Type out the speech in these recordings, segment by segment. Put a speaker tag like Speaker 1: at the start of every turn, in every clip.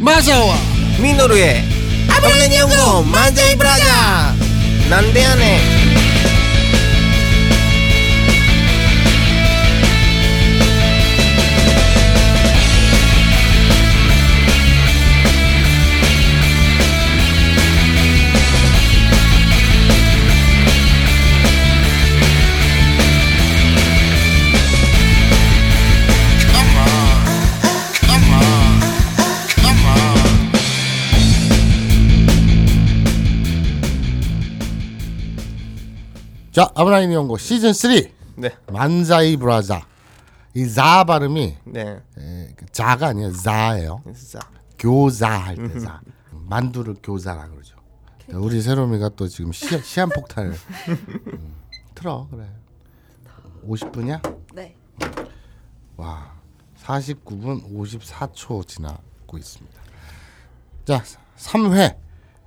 Speaker 1: マザーは
Speaker 2: 미노루의 아브라함 연구 만자이 브라자 난데하네
Speaker 3: 자, 아브라인 연구 시즌 3
Speaker 2: 네.
Speaker 3: 만자이 브라자. 이 자 발음이
Speaker 2: 네.
Speaker 3: 에, 그 자가 아니에요. 자예요.
Speaker 2: 진짜.
Speaker 3: 교자 할 때 자. 만두를 교자라 그러죠. 우리 새롬이가 또 지금 시, 시한폭탄을 음, 틀어 그래. 50분이야?
Speaker 4: 네.
Speaker 3: 와, 49분 54초 지나고 있습니다. 자, 3회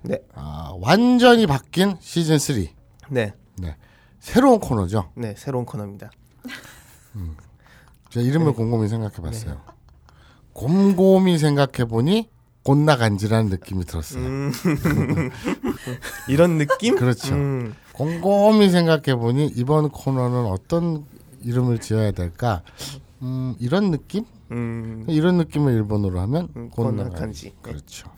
Speaker 2: 네.
Speaker 3: 아, 완전히 바뀐 시즌 3.
Speaker 2: 네.
Speaker 3: 네. 새로운 코너죠.
Speaker 2: 네. 새로운 코너입니다. 네.
Speaker 3: 제가 이름을 곰곰이 생각해봤어요. 곰곰이 생각해보니 곤나간지라는 느낌이 들었어요.
Speaker 2: 이런 느낌?
Speaker 3: 그렇죠.
Speaker 2: 음.
Speaker 3: 곰곰이 생각해보니 이번 코너는 어떤 이름을 지어야 될까? 음, 이런 느낌?
Speaker 2: 음.
Speaker 3: 이런 느낌을 일본어로 하면
Speaker 2: 음,
Speaker 3: 곤나간지.
Speaker 2: 곤나간지.
Speaker 3: 그렇죠.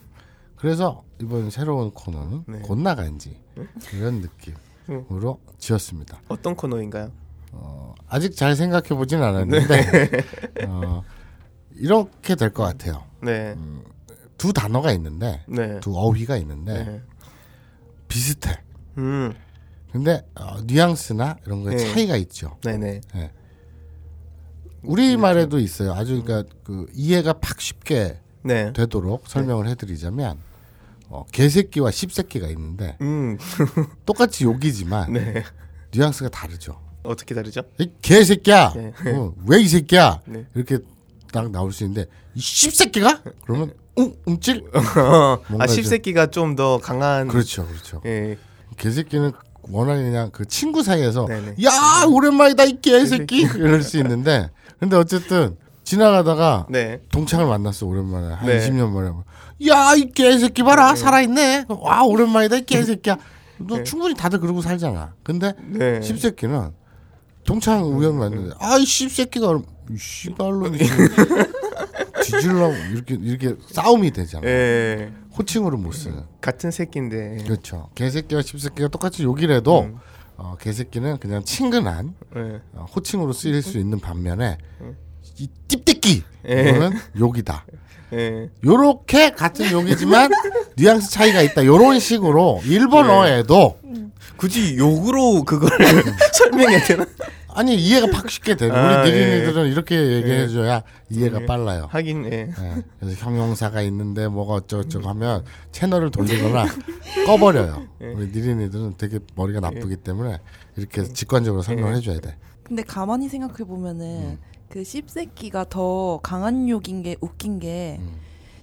Speaker 3: 그래서 이번 새로운 코너는
Speaker 2: 네. 음.
Speaker 3: 곤나간지 이런 느낌으로 지었습니다.
Speaker 2: 어떤 코너인가요?
Speaker 3: 어, 아직 잘 생각해보진 않았는데 어, 이렇게 될 것 같아요.
Speaker 2: 네.
Speaker 3: 두 단어가 있는데
Speaker 2: 네.
Speaker 3: 음, 두 어휘가 있는데
Speaker 2: 네.
Speaker 3: 비슷해.
Speaker 2: 음.
Speaker 3: 근데 어, 뉘앙스나 이런 거에
Speaker 2: 네.
Speaker 3: 차이가 있죠.
Speaker 2: 네, 네.
Speaker 3: 예.
Speaker 2: 그렇죠.
Speaker 3: 우리 말에도 있어요. 아주 그러니까 그 이해가 팍 쉽게
Speaker 2: 음. 네.
Speaker 3: 되도록 설명을 해드리자면 어, 개새끼와 십새끼가 있는데
Speaker 2: 음.
Speaker 3: 똑같이 욕이지만
Speaker 2: 네.
Speaker 3: 뉘앙스가 다르죠.
Speaker 2: 어떻게 다르죠?
Speaker 3: 이 개새끼야. 어,
Speaker 2: 네.
Speaker 3: 왜 이 새끼야?
Speaker 2: 네.
Speaker 3: 이렇게 딱 나올 수 있는데 이 십새끼가 그러면
Speaker 2: 네.
Speaker 3: 웅 움찔.
Speaker 2: 아,
Speaker 3: 뭔가 이제-
Speaker 2: 십세끼가 좀 더 강한
Speaker 3: 그렇죠, 그렇죠.
Speaker 2: 예.
Speaker 3: 개새끼는 원하는 그냥 그 친구 사이에서
Speaker 2: 네네.
Speaker 3: 야 오랜만이다 이 개새끼 이럴 수 있는데 근데 어쨌든 지나가다가
Speaker 2: 네.
Speaker 3: 동창을 만났어 오랜만에 한
Speaker 2: 네.
Speaker 3: 20년 만에 야 이 개새끼 봐라 살아있네 와 오랜만이다 이 개새끼야 너 충분히 다들 그러고 살잖아 근데
Speaker 2: 네.
Speaker 3: 십새끼는 동창 우연 만났는데 아이 십새끼가 이 씨발로 뒤질라고 이렇게 이렇게 싸움이 되잖아
Speaker 2: 예.
Speaker 3: 호칭으로 못 쓰는
Speaker 2: 같은 새끼인데.
Speaker 3: 그렇죠. 개새끼와 십새끼가 똑같이 욕을 해도
Speaker 2: 음.
Speaker 3: 어, 개새끼는 그냥 친근한
Speaker 2: 예.
Speaker 3: 어, 호칭으로 쓰일 수 있는 반면에 이 띠띠끼
Speaker 2: 음. 예.
Speaker 3: 이거는 욕이다.
Speaker 2: 예.
Speaker 3: 요렇게 같은 욕이지만 뉘앙스 차이가 있다. 요런 식으로 일본어에도
Speaker 2: 예. 굳이 욕으로 그걸 설명해야 되나?
Speaker 3: 아니 이해가 팍 쉽게 되는
Speaker 2: 아,
Speaker 3: 우리
Speaker 2: 예.
Speaker 3: 디즈니들은 이렇게 얘기해줘야 이해가
Speaker 2: 예.
Speaker 3: 빨라요.
Speaker 2: 하긴 예.
Speaker 3: 예. 그래서 형용사가 있는데 뭐가 어쩌고저쩌고 하면 채널을 돌리거나 꺼버려요.
Speaker 2: 예.
Speaker 3: 우리 니린이들은 되게 머리가 나쁘기 때문에 이렇게 직관적으로
Speaker 2: 예.
Speaker 3: 설명을 해줘야 돼.
Speaker 2: 네.
Speaker 4: 근데 가만히 생각해 보면은
Speaker 2: 음.
Speaker 4: 그 씹새끼가 더 강한 욕인 게 웃긴 게
Speaker 2: 음.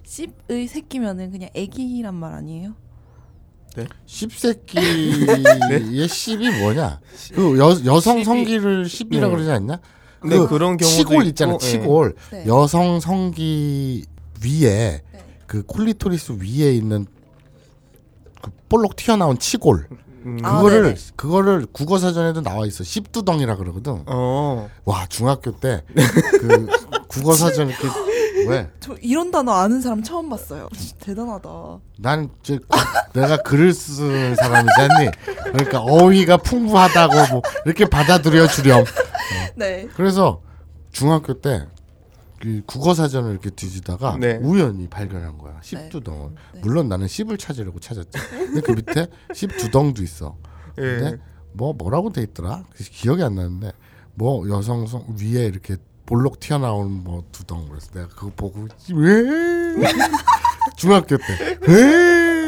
Speaker 4: 씹의 새끼면은 그냥 애기란 말 아니에요?
Speaker 3: 씹새끼의 씹이 뭐냐? 그 여, 성
Speaker 2: 씹이-
Speaker 3: 성기를 씹이라 고
Speaker 2: 네.
Speaker 3: 그러지 않냐?
Speaker 2: 네, 그런 경우도
Speaker 3: 치골 있잖아,
Speaker 2: 있고, 예.
Speaker 3: 치골.
Speaker 4: 네.
Speaker 3: 여성 성기 위에 그 콜리토리스 위에 있는 그 볼록 튀어나온 치골.
Speaker 2: 음.
Speaker 4: 아,
Speaker 3: 그거를
Speaker 4: 네네.
Speaker 3: 그거를 국어 사전에도 나와 있어. 씹두덩이라 그러거든.
Speaker 2: 어.
Speaker 3: 와 중학교 때 그 국어 사전 이렇게 왜?
Speaker 4: 저 이런 단어 아는 사람 처음 봤어요. 진짜 대단하다.
Speaker 3: 난 이제 그- 내가 글을 쓰는 사람이잖니. 그러니까 어휘가 풍부하다고 뭐 이렇게 받아들여 주렴.
Speaker 4: 네.
Speaker 3: 그래서 중학교 때그 국어 사전을 이렇게 뒤지다가
Speaker 2: 네.
Speaker 3: 우연히 발견한 거야. 씹두덩을. 물론 나는 씹을 찾으려고 찾았지. 근데 그 밑에 씹두덩도 있어. 근데
Speaker 2: 예.
Speaker 3: 뭐 뭐라고 돼 있더라? 그래서 기억이 안 나는데 뭐 여성성 위에 이렇게 볼록 튀어나오는 뭐 두덩 그래서 내가 그거 보고 왜 중학교 때왜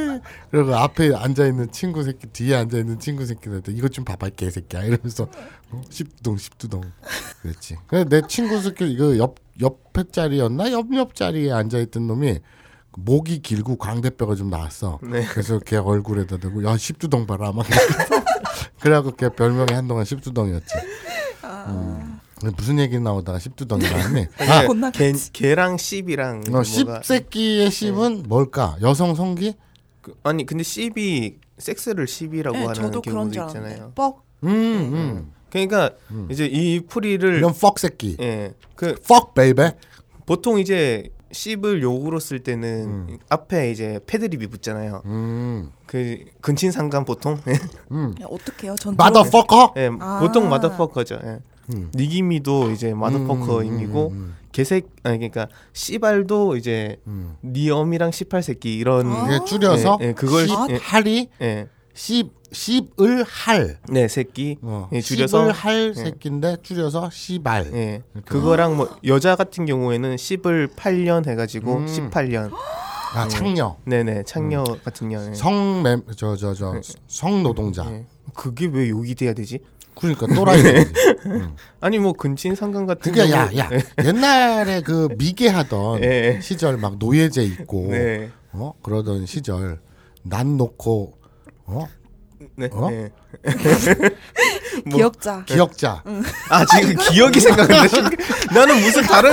Speaker 3: 그리고 앞에 앉아 있는 친구 새끼 뒤에 앉아 있는 친구 새끼한테 이것 좀 봐봐 이 개새끼야 이러면서 어? 십두덩 십두덩 그랬지. 근데 내 친구 새끼 그옆 옆에 자리였나 옆옆 자리에 앉아 있던 놈이 목이 길고 광대뼈가 좀 나왔어.
Speaker 2: 네.
Speaker 3: 그래서 걔 얼굴에다 대고 야 십두덩 봐라 막 그래갖고 걔 별명이 한동안 십두덩이었지. 음. 근데 무슨 얘기 나오다가 씹두덩이 나왔니?
Speaker 2: 아,
Speaker 4: 곤란하지.
Speaker 2: 개, 개랑 씹이랑
Speaker 3: 어,
Speaker 2: 뭐가 네.
Speaker 3: 씹새끼의 씹은 뭘까? 여성 성기?
Speaker 2: 그- 아니 근데 씹이 섹스를 씹이라고
Speaker 4: 네,
Speaker 2: 하는
Speaker 4: 저도 그런
Speaker 2: 경우도
Speaker 4: 줄 알았는데
Speaker 2: 있잖아요.
Speaker 4: 뻑
Speaker 3: 음, 음.
Speaker 2: 그러니까 이제 이 풀이를
Speaker 3: 이런 퍽 새끼.
Speaker 2: 예. 그
Speaker 3: 퍽 베이베.
Speaker 2: 보통 이제 씹을 욕으로 쓸 때는 앞에 이제 패드립이 붙잖아요.
Speaker 3: 음.
Speaker 2: 그 근친 상감 보통
Speaker 3: 음.
Speaker 4: 어떻게 해요? 전
Speaker 3: 마더 퍼커?
Speaker 2: 예,
Speaker 4: 아.
Speaker 2: 보통 마더퍼커죠. 예.
Speaker 3: 음.
Speaker 2: 니기미도 이제 마더퍼커 임이고
Speaker 3: 음, 음,
Speaker 2: 개색 아니 그러니까 씨발도 이제
Speaker 3: 음.
Speaker 2: 니엄이랑 씨팔 새끼 이런
Speaker 4: 아.
Speaker 3: 이게 줄여서
Speaker 2: 예, 예, 그걸
Speaker 3: 씹,
Speaker 2: 예.
Speaker 3: 할이
Speaker 2: 예.
Speaker 3: 씹 씹을 할.
Speaker 2: 네, 새끼.
Speaker 3: 어.
Speaker 2: 예, 줄여서
Speaker 3: 씹을 할 새끼인데 줄여서 씨발.
Speaker 2: 예. 그거랑 뭐 여자 같은 경우에는 10을 8년 해 가지고
Speaker 3: 음.
Speaker 2: 18년.
Speaker 3: 아, 창녀.
Speaker 2: 네네. 창녀 같은 년. 예.
Speaker 3: 성맴 저 저 저
Speaker 2: 네.
Speaker 3: 성노동자.
Speaker 2: 예. 그게 왜 욕이 돼야 되지?
Speaker 3: 그러니까 또라이.
Speaker 2: 아니 뭐 근친 상간 같은
Speaker 3: 그러니까
Speaker 2: 경우-
Speaker 3: 야, 야. 옛날에 그 미개하던
Speaker 2: 예.
Speaker 3: 시절 막 노예제 있고
Speaker 2: 네.
Speaker 3: 어? 그러던 시절 난 놓고 어?
Speaker 2: 네.
Speaker 3: 어?
Speaker 2: 네. 뭐-
Speaker 4: 기억자.
Speaker 3: 기억자.
Speaker 2: 아 지금 기억이 생각나. 나는 무슨 다른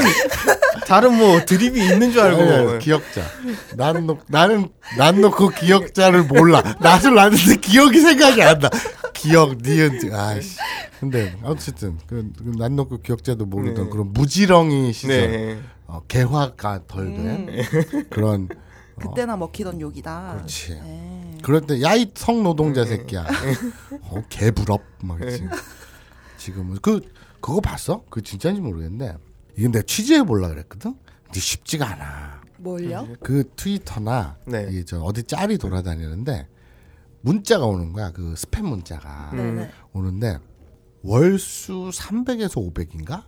Speaker 2: 다른 뭐 드립이 있는 줄 알고.
Speaker 3: 예, 기억자. 난 놓, 나는 난 놓고 기억자를 몰라. 낯을 났는데 기억이 생각이 안 나. 기억 니은 아씨. 근데 어쨌든 그 난 놓고 기억자도 모르던
Speaker 2: 네.
Speaker 3: 그런 무지렁이 시절.
Speaker 2: 네. 음.
Speaker 3: 어, 개화가 덜된 그런
Speaker 4: 그때나 먹히던 욕이다.
Speaker 3: 그렇지.
Speaker 4: 네.
Speaker 3: 그럴 때 야이 성노동자
Speaker 2: 네.
Speaker 3: 새끼야. 어, 개부럽 막 그치. 지금은 그 그거 봤어? 그 진짜인지 모르겠네. 이건 내가 취재해 보려 그랬거든. 근데 쉽지가 않아.
Speaker 4: 뭘요?
Speaker 3: 그 트위터나
Speaker 2: 네.
Speaker 3: 이게 저 어디 짤이 돌아다니는데 문자가 오는 거야. 그 스팸 문자가
Speaker 2: 음.
Speaker 4: 네네.
Speaker 3: 오는데 월수 300에서 500인가?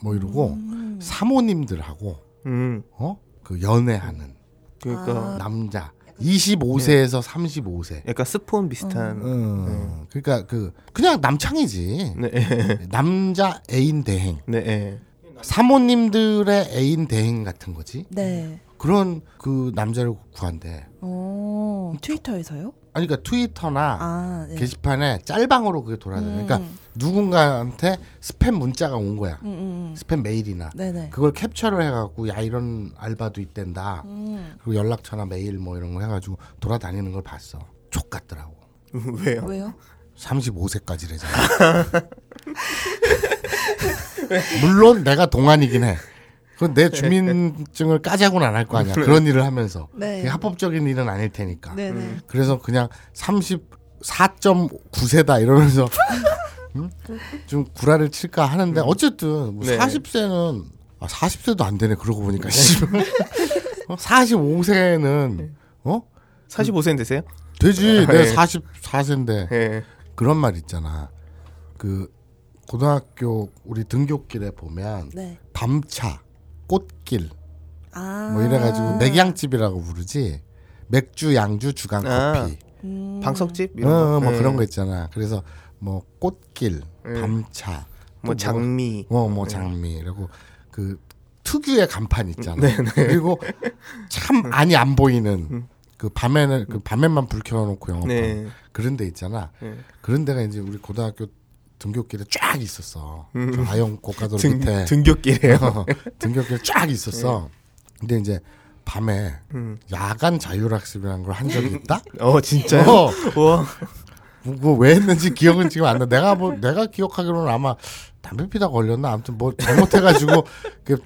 Speaker 3: 뭐 이러고 사모님들하고
Speaker 2: 음.
Speaker 3: 어? 그 연애하는 아.
Speaker 2: 그러니까
Speaker 3: 남자 25세에서 35세.
Speaker 2: 약간 스폰 비슷한.
Speaker 3: 음, 그러니까 그 그냥 남창이지.
Speaker 2: 네. 예.
Speaker 3: 남자 애인 대행,
Speaker 2: 네. 예.
Speaker 3: 사모님들의 애인 대행 같은 거지.
Speaker 4: 네.
Speaker 3: 그런 그 남자를 구한대.
Speaker 4: 어, 트위터에서요?
Speaker 3: 아니 그러니까 트위터나
Speaker 4: 아,
Speaker 2: 그
Speaker 4: 네.
Speaker 3: 게시판에 짤방으로 그게 돌아다니. 그러니까 누군가한테 스팸 문자가 온 거야.
Speaker 4: 음, 음, 음.
Speaker 3: 스팸 메일이나
Speaker 4: 네네.
Speaker 3: 그걸 캡처를 해갖고 야 이런 알바도 있댄다.
Speaker 4: 음.
Speaker 3: 그리고 연락처나 메일 뭐 이런 거 해가지고 돌아다니는 걸 봤어. 족 같더라고.
Speaker 2: 왜요?
Speaker 4: 왜요?
Speaker 3: 35세까지래잖아. 물론 내가 동안이긴 해. 그건 내 주민증을 까자고는 안 할 거 아니야. 그런 일을 하면서.
Speaker 4: 네.
Speaker 3: 그게 합법적인 일은 아닐 테니까.
Speaker 2: 음.
Speaker 4: 네네.
Speaker 3: 그래서 그냥 34.9세다 이러면서 음? 좀 구라를 칠까 하는데 어쨌든 뭐
Speaker 2: 네.
Speaker 3: 40세는 아 40세도 안 되네. 그러고 보니까 씨발. 어, 45세는 어?
Speaker 2: 45세는 되세요?
Speaker 3: 되지. 내
Speaker 2: 네.
Speaker 3: 44세인데.
Speaker 2: 예.
Speaker 3: 그런 말 있잖아. 그 고등학교 우리 등교길에 보면
Speaker 4: 네.
Speaker 3: 밤차, 꽃길
Speaker 4: 아.
Speaker 3: 뭐 이래가지고 맥양집이라고 부르지. 맥주, 양주, 주간
Speaker 2: 아,
Speaker 3: 커피.
Speaker 4: 음.
Speaker 2: 방석집
Speaker 3: 어,
Speaker 2: 이런 거.
Speaker 3: 어, 뭐
Speaker 2: 예.
Speaker 3: 그런 거 있잖아. 그래서 뭐 꽃길, 밤차,
Speaker 2: 뭐 장미.
Speaker 3: 어, 뭐 장미 이러고 그 특유의 간판
Speaker 2: 음.
Speaker 3: 있잖아.
Speaker 2: 네,
Speaker 3: 그리고 참 안이 안 보이는 그 밤에는 그 밤에만 불 켜놓고 영업하는
Speaker 2: 음. 네.
Speaker 3: 그런 데 있잖아.
Speaker 2: 네.
Speaker 3: 그런 데가 이제 우리 고등학교 등교길에 쫙 있었어. 저 아영 고가도로
Speaker 2: 음. 등 예.
Speaker 3: 밑에
Speaker 2: 등굣길이에요.
Speaker 3: 어, 등교길에 쫙 있었어. 근데 이제 밤에 야간 자율학습이라는 걸 한 적이 있다?
Speaker 2: 어 음. 진짜요?
Speaker 3: 어.
Speaker 2: 와.
Speaker 3: 뭐 왜 했는지 기억은 지금 안 나. 내가 뭐 내가 기억하기로는 아마 담배 피다 걸렸나 아무튼 뭐 잘못해가지고 그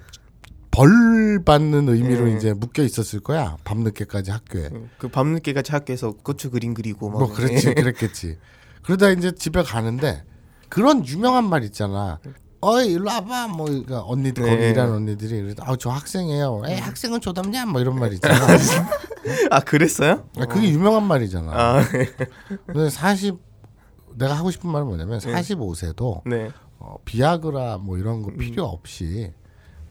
Speaker 3: 벌 받는 의미로 이제 묶여 있었을 거야. 밤 늦게까지 학교에.
Speaker 2: 그 밤늦게까지 학교에서 고추 그림 그리고 막. 네.
Speaker 3: 뭐 그렇지 그랬겠지 그러다 이제 집에 가는데 그런 유명한 말 있잖아 어이 일로 와봐 뭐 그러니까 언니들 거기
Speaker 2: 네.
Speaker 3: 일하는 언니들이 그래서 아저 학생이에요 에이 학생은 조답냐 뭐 이런 말 있잖아
Speaker 2: 아 그랬어요?
Speaker 3: 아, 그게 유명한 말이잖아
Speaker 2: 아 네.
Speaker 3: 근데 40 내가 하고 싶은 말은 뭐냐면 45세도
Speaker 2: 네.
Speaker 3: 어, 비아그라 뭐 이런 거 필요 없이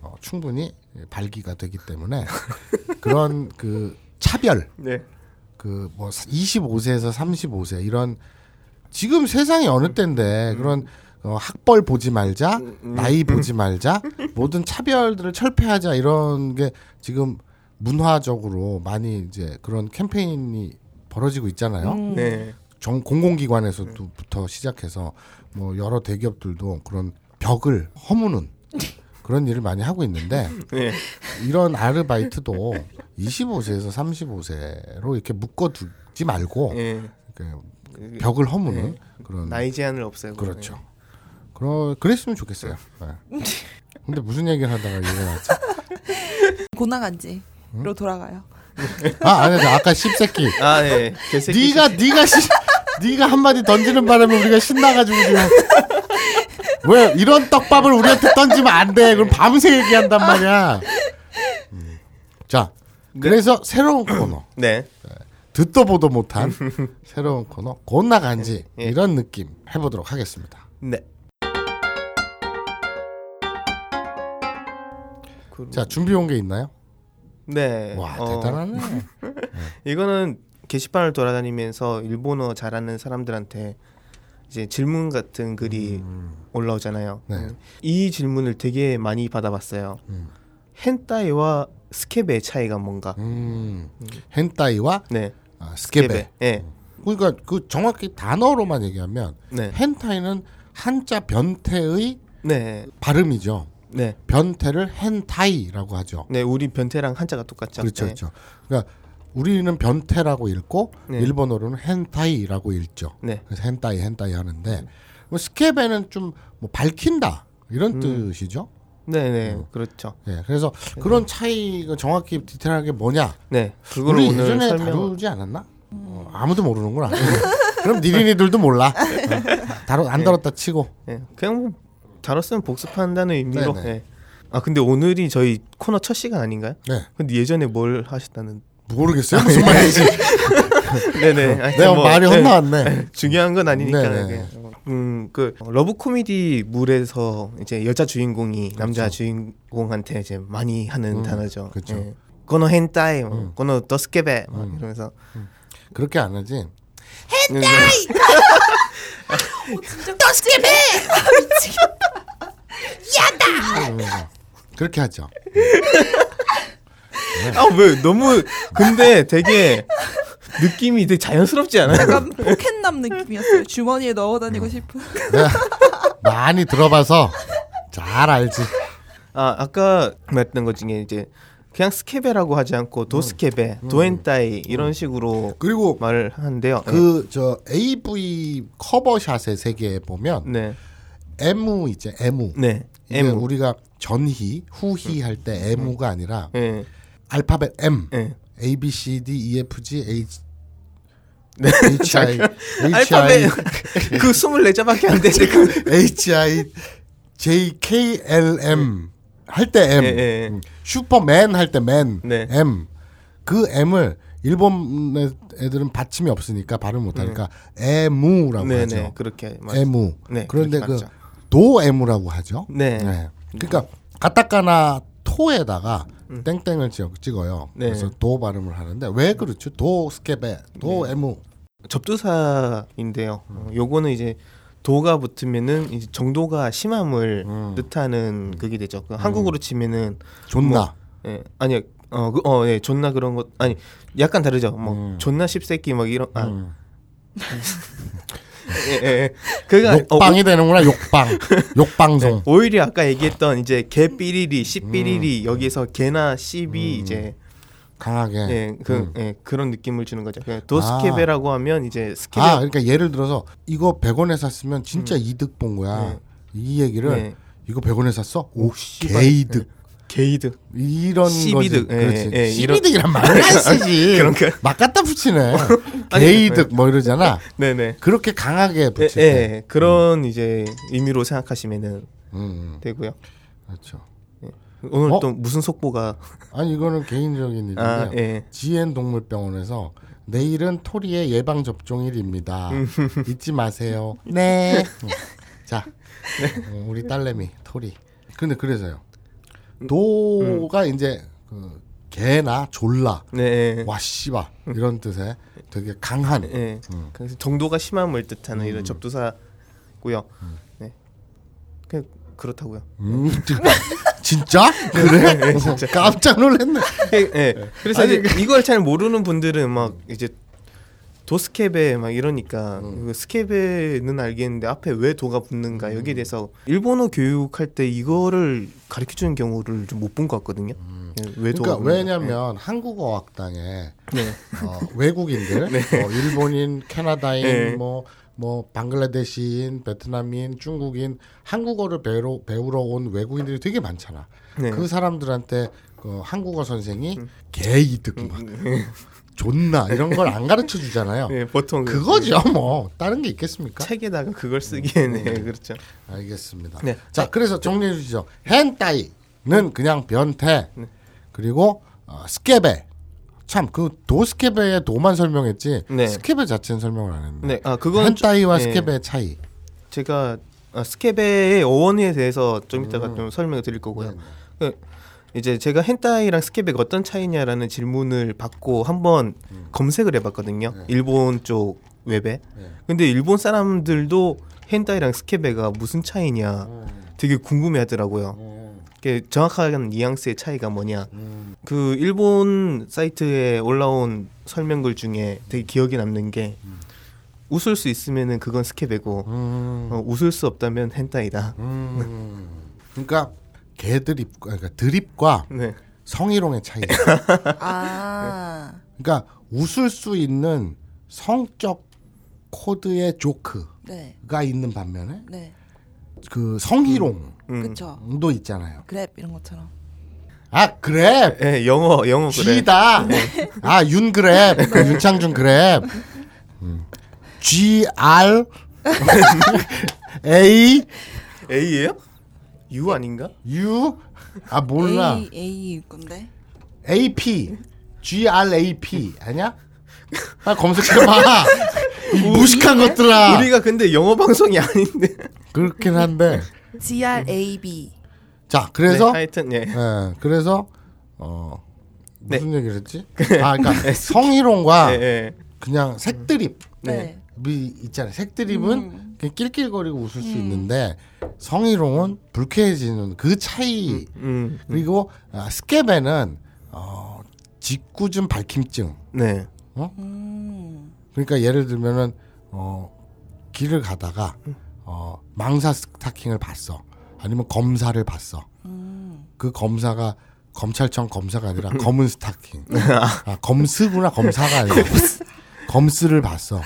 Speaker 3: 어, 충분히 발기가 되기 때문에 그런 그 차별
Speaker 2: 네.
Speaker 3: 그 뭐 25세에서 35세 이런 지금 세상이 어느 때인데 그런 어, 학벌 보지 말자 나이 보지 말자 모든 차별들을 철폐하자 이런 게 지금 문화적으로 많이 이제 그런 캠페인이 벌어지고 있잖아요.
Speaker 2: 네.
Speaker 3: 정 공공기관에서도부터 시작해서 뭐 여러 대기업들도 그런 벽을 허무는 그런 일을 많이 하고 있는데
Speaker 2: 예.
Speaker 3: 이런 아르바이트도 25세에서 35세로 이렇게 묶어두지 음. 말고
Speaker 2: 예.
Speaker 3: 이렇게 벽을 허무는 그런
Speaker 2: 나이 제한을 없애고
Speaker 3: 그렇죠. 그러 그랬으면 좋겠어요. 네. 근데 무슨 얘기를 하다가 이거 나왔지?
Speaker 4: 고나간지로 돌아가요.
Speaker 3: 아 아니 나 아까 씹새끼.
Speaker 2: 예. 아 예. 개새끼
Speaker 3: 네가 네가 시, 네가 한마디 던지는 바람에 우리가 신나가지고 지금 왜 이런 떡밥을 우리한테 던지면 안 돼? 그럼 밤새 얘기한단 말이야. 음. 자 그래서 새로운 코너
Speaker 2: 네.
Speaker 3: 듣도 보도 못한 새로운 코너 곧 나간지
Speaker 2: 예.
Speaker 3: 이런 느낌 해보도록 하겠습니다.
Speaker 2: 네.
Speaker 3: 자 준비 온 게 있나요?
Speaker 2: 네.
Speaker 3: 와
Speaker 2: 어,
Speaker 3: 대단하네.
Speaker 2: 이거는 게시판을 돌아다니면서 일본어 잘하는 사람들한테 이제 질문 같은 글이 올라오잖아요.
Speaker 3: 음,
Speaker 2: 음.
Speaker 3: 네.
Speaker 2: 이 질문을 되게 많이 받아봤어요.
Speaker 3: 음.
Speaker 2: 헨타이와 스케베의 차이가 뭔가?
Speaker 3: 음, 헨타이와
Speaker 2: 네.
Speaker 3: 아, 스케베.
Speaker 2: 예.
Speaker 3: 그러니까 그 정확히 단어로만 얘기하면
Speaker 2: 네.
Speaker 3: 헨타이는 한자 변태의
Speaker 2: 네.
Speaker 3: 발음이죠.
Speaker 2: 네.
Speaker 3: 변태를 헨타이라고 하죠.
Speaker 2: 네. 우리 변태랑 한자가 똑같죠.
Speaker 3: 그렇죠,
Speaker 2: 네.
Speaker 3: 그렇죠. 그러니까 우리는 변태라고 읽고
Speaker 2: 네.
Speaker 3: 일본어로는 헨타이라고 읽죠.
Speaker 2: 네.
Speaker 3: 그래서 헨타이 헨타이 하는데 뭐 스케베는 좀 뭐 밝힌다 이런
Speaker 2: 음.
Speaker 3: 뜻이죠.
Speaker 2: 네, 네. 그렇죠.
Speaker 3: 예, 그래서 그런 차이가 정확히 디테일하게 뭐냐?
Speaker 2: 네. 그걸
Speaker 3: 우리
Speaker 2: 오늘
Speaker 3: 예전에
Speaker 2: 설명
Speaker 3: 다루지 않았나? 어, 아무도 모르는구나. 그럼 니린이들도 몰라. 어, 다루
Speaker 2: 네.
Speaker 3: 안 다뤘다 치고.
Speaker 2: 예, 그냥 뭐 다뤘으면 복습한다는 의미로.
Speaker 3: 네네.
Speaker 2: 예. 아 근데 오늘이 저희 코너 첫 시간 아닌가요?
Speaker 3: 네.
Speaker 2: 근데 예전에 뭘 하셨다는?
Speaker 3: 모르겠어요. 무슨 말인지.
Speaker 2: 네네. 하여튼
Speaker 3: 어. 내가
Speaker 2: 네. 뭐,
Speaker 3: 말이
Speaker 2: 네.
Speaker 3: 혼나왔네.
Speaker 2: 중요한 건 아니니까. 뭐,
Speaker 3: 네네.
Speaker 2: 음그 러브 코미디 물에서 이제 여자 주인공이 남자 주인공한테 이제 많이 하는
Speaker 3: 그렇죠. 음,
Speaker 2: 단어죠.
Speaker 3: 그쵸.
Speaker 2: 예. 코노 헨타이, 뭐, 코노 더스케베 막
Speaker 3: 음.
Speaker 2: 이러면서
Speaker 3: 그렇게 안 하지.
Speaker 2: 헨타이.
Speaker 4: 더스케베
Speaker 3: 이러면서. 그렇게 하죠.
Speaker 2: 아왜 너무 근데 되게 느낌이 되게 자연스럽지 않아요?
Speaker 4: 약간 포켓남 느낌이었어요. 주머니에 넣어 다니고 싶은.
Speaker 3: 내가 네. 많이 들어봐서 잘 알지.
Speaker 2: 아 아까 말했던 것 중에 이제 그냥 스케베라고 하지 않고 도스케베, 도엔타이 이런 식으로
Speaker 3: 음. 그리고
Speaker 2: 말을 하는데요.
Speaker 3: 그 저 AV 커버샷의 세계에 보면
Speaker 2: 네,
Speaker 3: 에무 있죠. 에무.
Speaker 2: 네, 음.
Speaker 3: 이게
Speaker 2: M,
Speaker 3: 우리가 전희, 후희 할 때 에무가 아니라
Speaker 2: 예,
Speaker 3: 알파벳 M,
Speaker 2: 예,
Speaker 3: A B C D E F G H
Speaker 2: 네.
Speaker 3: H I H I
Speaker 2: 알파벳 그 아, 스물네 자밖에 안 되는데 그
Speaker 3: H I J K L M 할 때 M
Speaker 2: 예, 예.
Speaker 3: 음, 슈퍼맨 할 때 맨
Speaker 2: 네.
Speaker 3: M 그 M을 일본 애- 애들은 받침이 없으니까 발음 못하니까 에무라고
Speaker 2: 네,
Speaker 3: 하죠.
Speaker 2: 네, 그렇게 맞-
Speaker 3: 에무.
Speaker 2: 네,
Speaker 3: 그런데
Speaker 2: 그렇게
Speaker 3: 그
Speaker 2: 맞죠.
Speaker 3: 도에무라고 하죠.
Speaker 2: 네.
Speaker 3: 그러니까 가타카나 토에다가 땡땡을 찍- 찍어요.
Speaker 2: 음. 네.
Speaker 3: 그래서 도 발음을 하는데 왜 그렇죠? 도 스케베, 도
Speaker 2: 네.
Speaker 3: 에무.
Speaker 2: 접두사인데요.
Speaker 3: 음.
Speaker 2: 어, 요거는 이제 도가 붙으면은 이제 정도가 심함을
Speaker 3: 음.
Speaker 2: 뜻하는 그게 되죠. 그 한국으로 치면은
Speaker 3: 존나.
Speaker 2: 예, 아니 어, 그, 어, 예, 존나 그런 것 아니 약간 다르죠. 뭐
Speaker 3: 음.
Speaker 2: 존나 십새끼 막 이런 아. 예, 예, 예. 그가
Speaker 3: 욕방이 되는구나. 욕방. 욕방송.
Speaker 2: 어, 오히려 아까 얘기했던 이제 개 삐리리, 씨
Speaker 3: 음.
Speaker 2: 삐리리 여기서 개나 씨비 이제
Speaker 3: 강하게.
Speaker 2: 예, 그
Speaker 3: 음.
Speaker 2: 예, 그런 느낌을 주는 거죠. 그냥 도스케베라고 하면 이제 스케베
Speaker 3: 아, 그러니까 예를 들어서 이거 100원에 샀으면 진짜
Speaker 2: 음.
Speaker 3: 이득 본 거야.
Speaker 2: 네.
Speaker 3: 이 얘기를
Speaker 2: 네.
Speaker 3: 이거 100원에 샀어? 오,
Speaker 2: 씨발.
Speaker 3: 개이득.
Speaker 2: 게이드.
Speaker 3: 이런
Speaker 2: 씨비득.
Speaker 3: 거지.
Speaker 2: 예,
Speaker 3: 그렇지.
Speaker 2: 예, 이런-
Speaker 3: 씨비득이란 말을 안 쓰지.
Speaker 2: 그런가요? 어.
Speaker 3: 막 갖다 붙이네.
Speaker 2: 아니,
Speaker 3: 개이득 뭐 이러잖아.
Speaker 2: 네, 네.
Speaker 3: 그렇게 강하게
Speaker 2: 예,
Speaker 3: 붙일
Speaker 2: 예,
Speaker 3: 때.
Speaker 2: 예, 그런 이제 의미로 생각하시면은
Speaker 3: 음, 음,
Speaker 2: 되고요.
Speaker 3: 그렇죠.
Speaker 2: 오늘
Speaker 3: 어?
Speaker 2: 또 무슨 속보가
Speaker 3: 아니 이거는 개인적인 일인데
Speaker 2: 아, 예.
Speaker 3: GN 동물병원에서 내일은 토리의 예방 접종일입니다. 잊지 마세요. 네. 자, 어, 우리 딸내미 토리. 근데 그래서요. 도가 이제 그 개나 졸라
Speaker 2: 네.
Speaker 3: 와 씨발 이런 뜻의 되게 강한
Speaker 2: 예.
Speaker 3: 음.
Speaker 2: 그래서 정도가 심함을 뜻하는 이런 접두사고요. 네. 그냥 그렇다고요.
Speaker 3: 음, 진짜? 그래? 깜짝 놀랐네.
Speaker 2: 예. 예. 그래서 이제 이걸 잘 모르는 분들은 막 이제 도스케베 막 이러니까
Speaker 3: 음.
Speaker 2: 그 스케베는 알겠는데 앞에 왜 도가 붙는가 여기에 대해서 일본어 교육할 때 이거를 가르쳐 주는 경우를 좀 못 본 것 같거든요. 예, 왜 도가
Speaker 3: 그러니까
Speaker 2: 붙는가.
Speaker 3: 왜냐면 한국어학당에
Speaker 2: 네.
Speaker 3: 어, 외국인들, 뭐 일본인, 캐나다인,
Speaker 2: 네.
Speaker 3: 뭐, 뭐 방글라데시인, 베트남인, 중국인 한국어를 배우러, 배우러 온 외국인들이 되게 많잖아.
Speaker 2: 네. 음.
Speaker 3: 그 사람들한테 어, 한국어 선생이 개이득 막 존나 이런 걸 안 가르쳐 주잖아요.
Speaker 2: 네, 보통 그-
Speaker 3: 그거죠 뭐 다른 게 있겠습니까?
Speaker 2: 책에다가 그걸 쓰기에는
Speaker 3: 음.
Speaker 2: 네, 그렇죠.
Speaker 3: 알겠습니다.
Speaker 2: 네.
Speaker 3: 자 그래서 정리해 주시죠. 헨타이는 그냥 변태
Speaker 2: 네.
Speaker 3: 그리고 어, 스케베 참 그 도스케베의 도만 설명했지
Speaker 2: 네.
Speaker 3: 스케베 자체는 설명을 안 했네.
Speaker 2: 네, 아 그건
Speaker 3: 헨타이와
Speaker 2: 좀- 네,
Speaker 3: 스케베의 차이.
Speaker 2: 제가 아, 스케베의 어원에 대해서 좀 이따가 좀 설명을 드릴 거고요. 그, 이제 제가 헨타이랑 스케베가 어떤 차이냐라는 질문을 받고 한번 검색을 해봤거든요. 일본 쪽 웹에. 근데 일본 사람들도 헨타이랑 스케베가 무슨 차이냐
Speaker 3: 음.
Speaker 2: 되게 궁금해하더라고요. 이게 정확한 뉘앙스의 차이가 뭐냐. 그 일본 사이트에 올라온 설명글 중에 되게 기억에 남는 게 웃을 수 있으면은 그건 스케베고
Speaker 3: 음,
Speaker 2: 어, 웃을 수 없다면 헨타이다.
Speaker 3: 음. 그러니까 개드립 그러니까 드립과
Speaker 2: 네.
Speaker 3: 성희롱의 차이.
Speaker 4: 아,
Speaker 3: 그러니까 웃을 수 있는 성적 코드의 조크가
Speaker 4: 네,
Speaker 3: 있는 반면에
Speaker 4: 네,
Speaker 3: 그 성희롱도
Speaker 2: 음.
Speaker 4: 그쵸.
Speaker 3: 있잖아요.
Speaker 4: 그랩 이런 것처럼.
Speaker 3: 아 그래
Speaker 2: 예, 영어 영어 그래.
Speaker 3: G다. 아 윤그랩 그 윤창준 그랩. 음. G R A
Speaker 2: A예요? U 아닌가?
Speaker 3: U 아 몰라
Speaker 4: A A일 건데.
Speaker 3: A P G R A P 아니야? 아 검색해봐. 이 무식한 것들아.
Speaker 2: 우리가 근데 영어 방송이 아닌데.
Speaker 3: 그렇긴 한데
Speaker 4: G R A B.
Speaker 3: 자 그래서
Speaker 2: 네, 하여튼 네. 예.
Speaker 3: 예, 그래서 어 무슨 얘기를 했지? 아
Speaker 2: 네,
Speaker 3: 그러니까 성희롱과
Speaker 2: 예, 예.
Speaker 3: 그냥 색드립
Speaker 4: 네.
Speaker 3: 이 있잖아요. 색드립은 그냥 낄낄거리고 웃을 수 있는데 성희롱은 불쾌해지는 그 차이
Speaker 2: 음.
Speaker 3: 그리고 아, 스케베는 어, 직구준 밝힘증
Speaker 2: 네.
Speaker 4: 음.
Speaker 3: 그러니까 예를 들면은 어, 길을 가다가 어, 망사 스타킹을 봤어 아니면 검사를 봤어
Speaker 4: 음.
Speaker 3: 그 검사가 검찰청 검사가 아니라
Speaker 2: 음.
Speaker 3: 검은 스타킹. 아, 검스구나 검사가 아니라 검스를 봤어.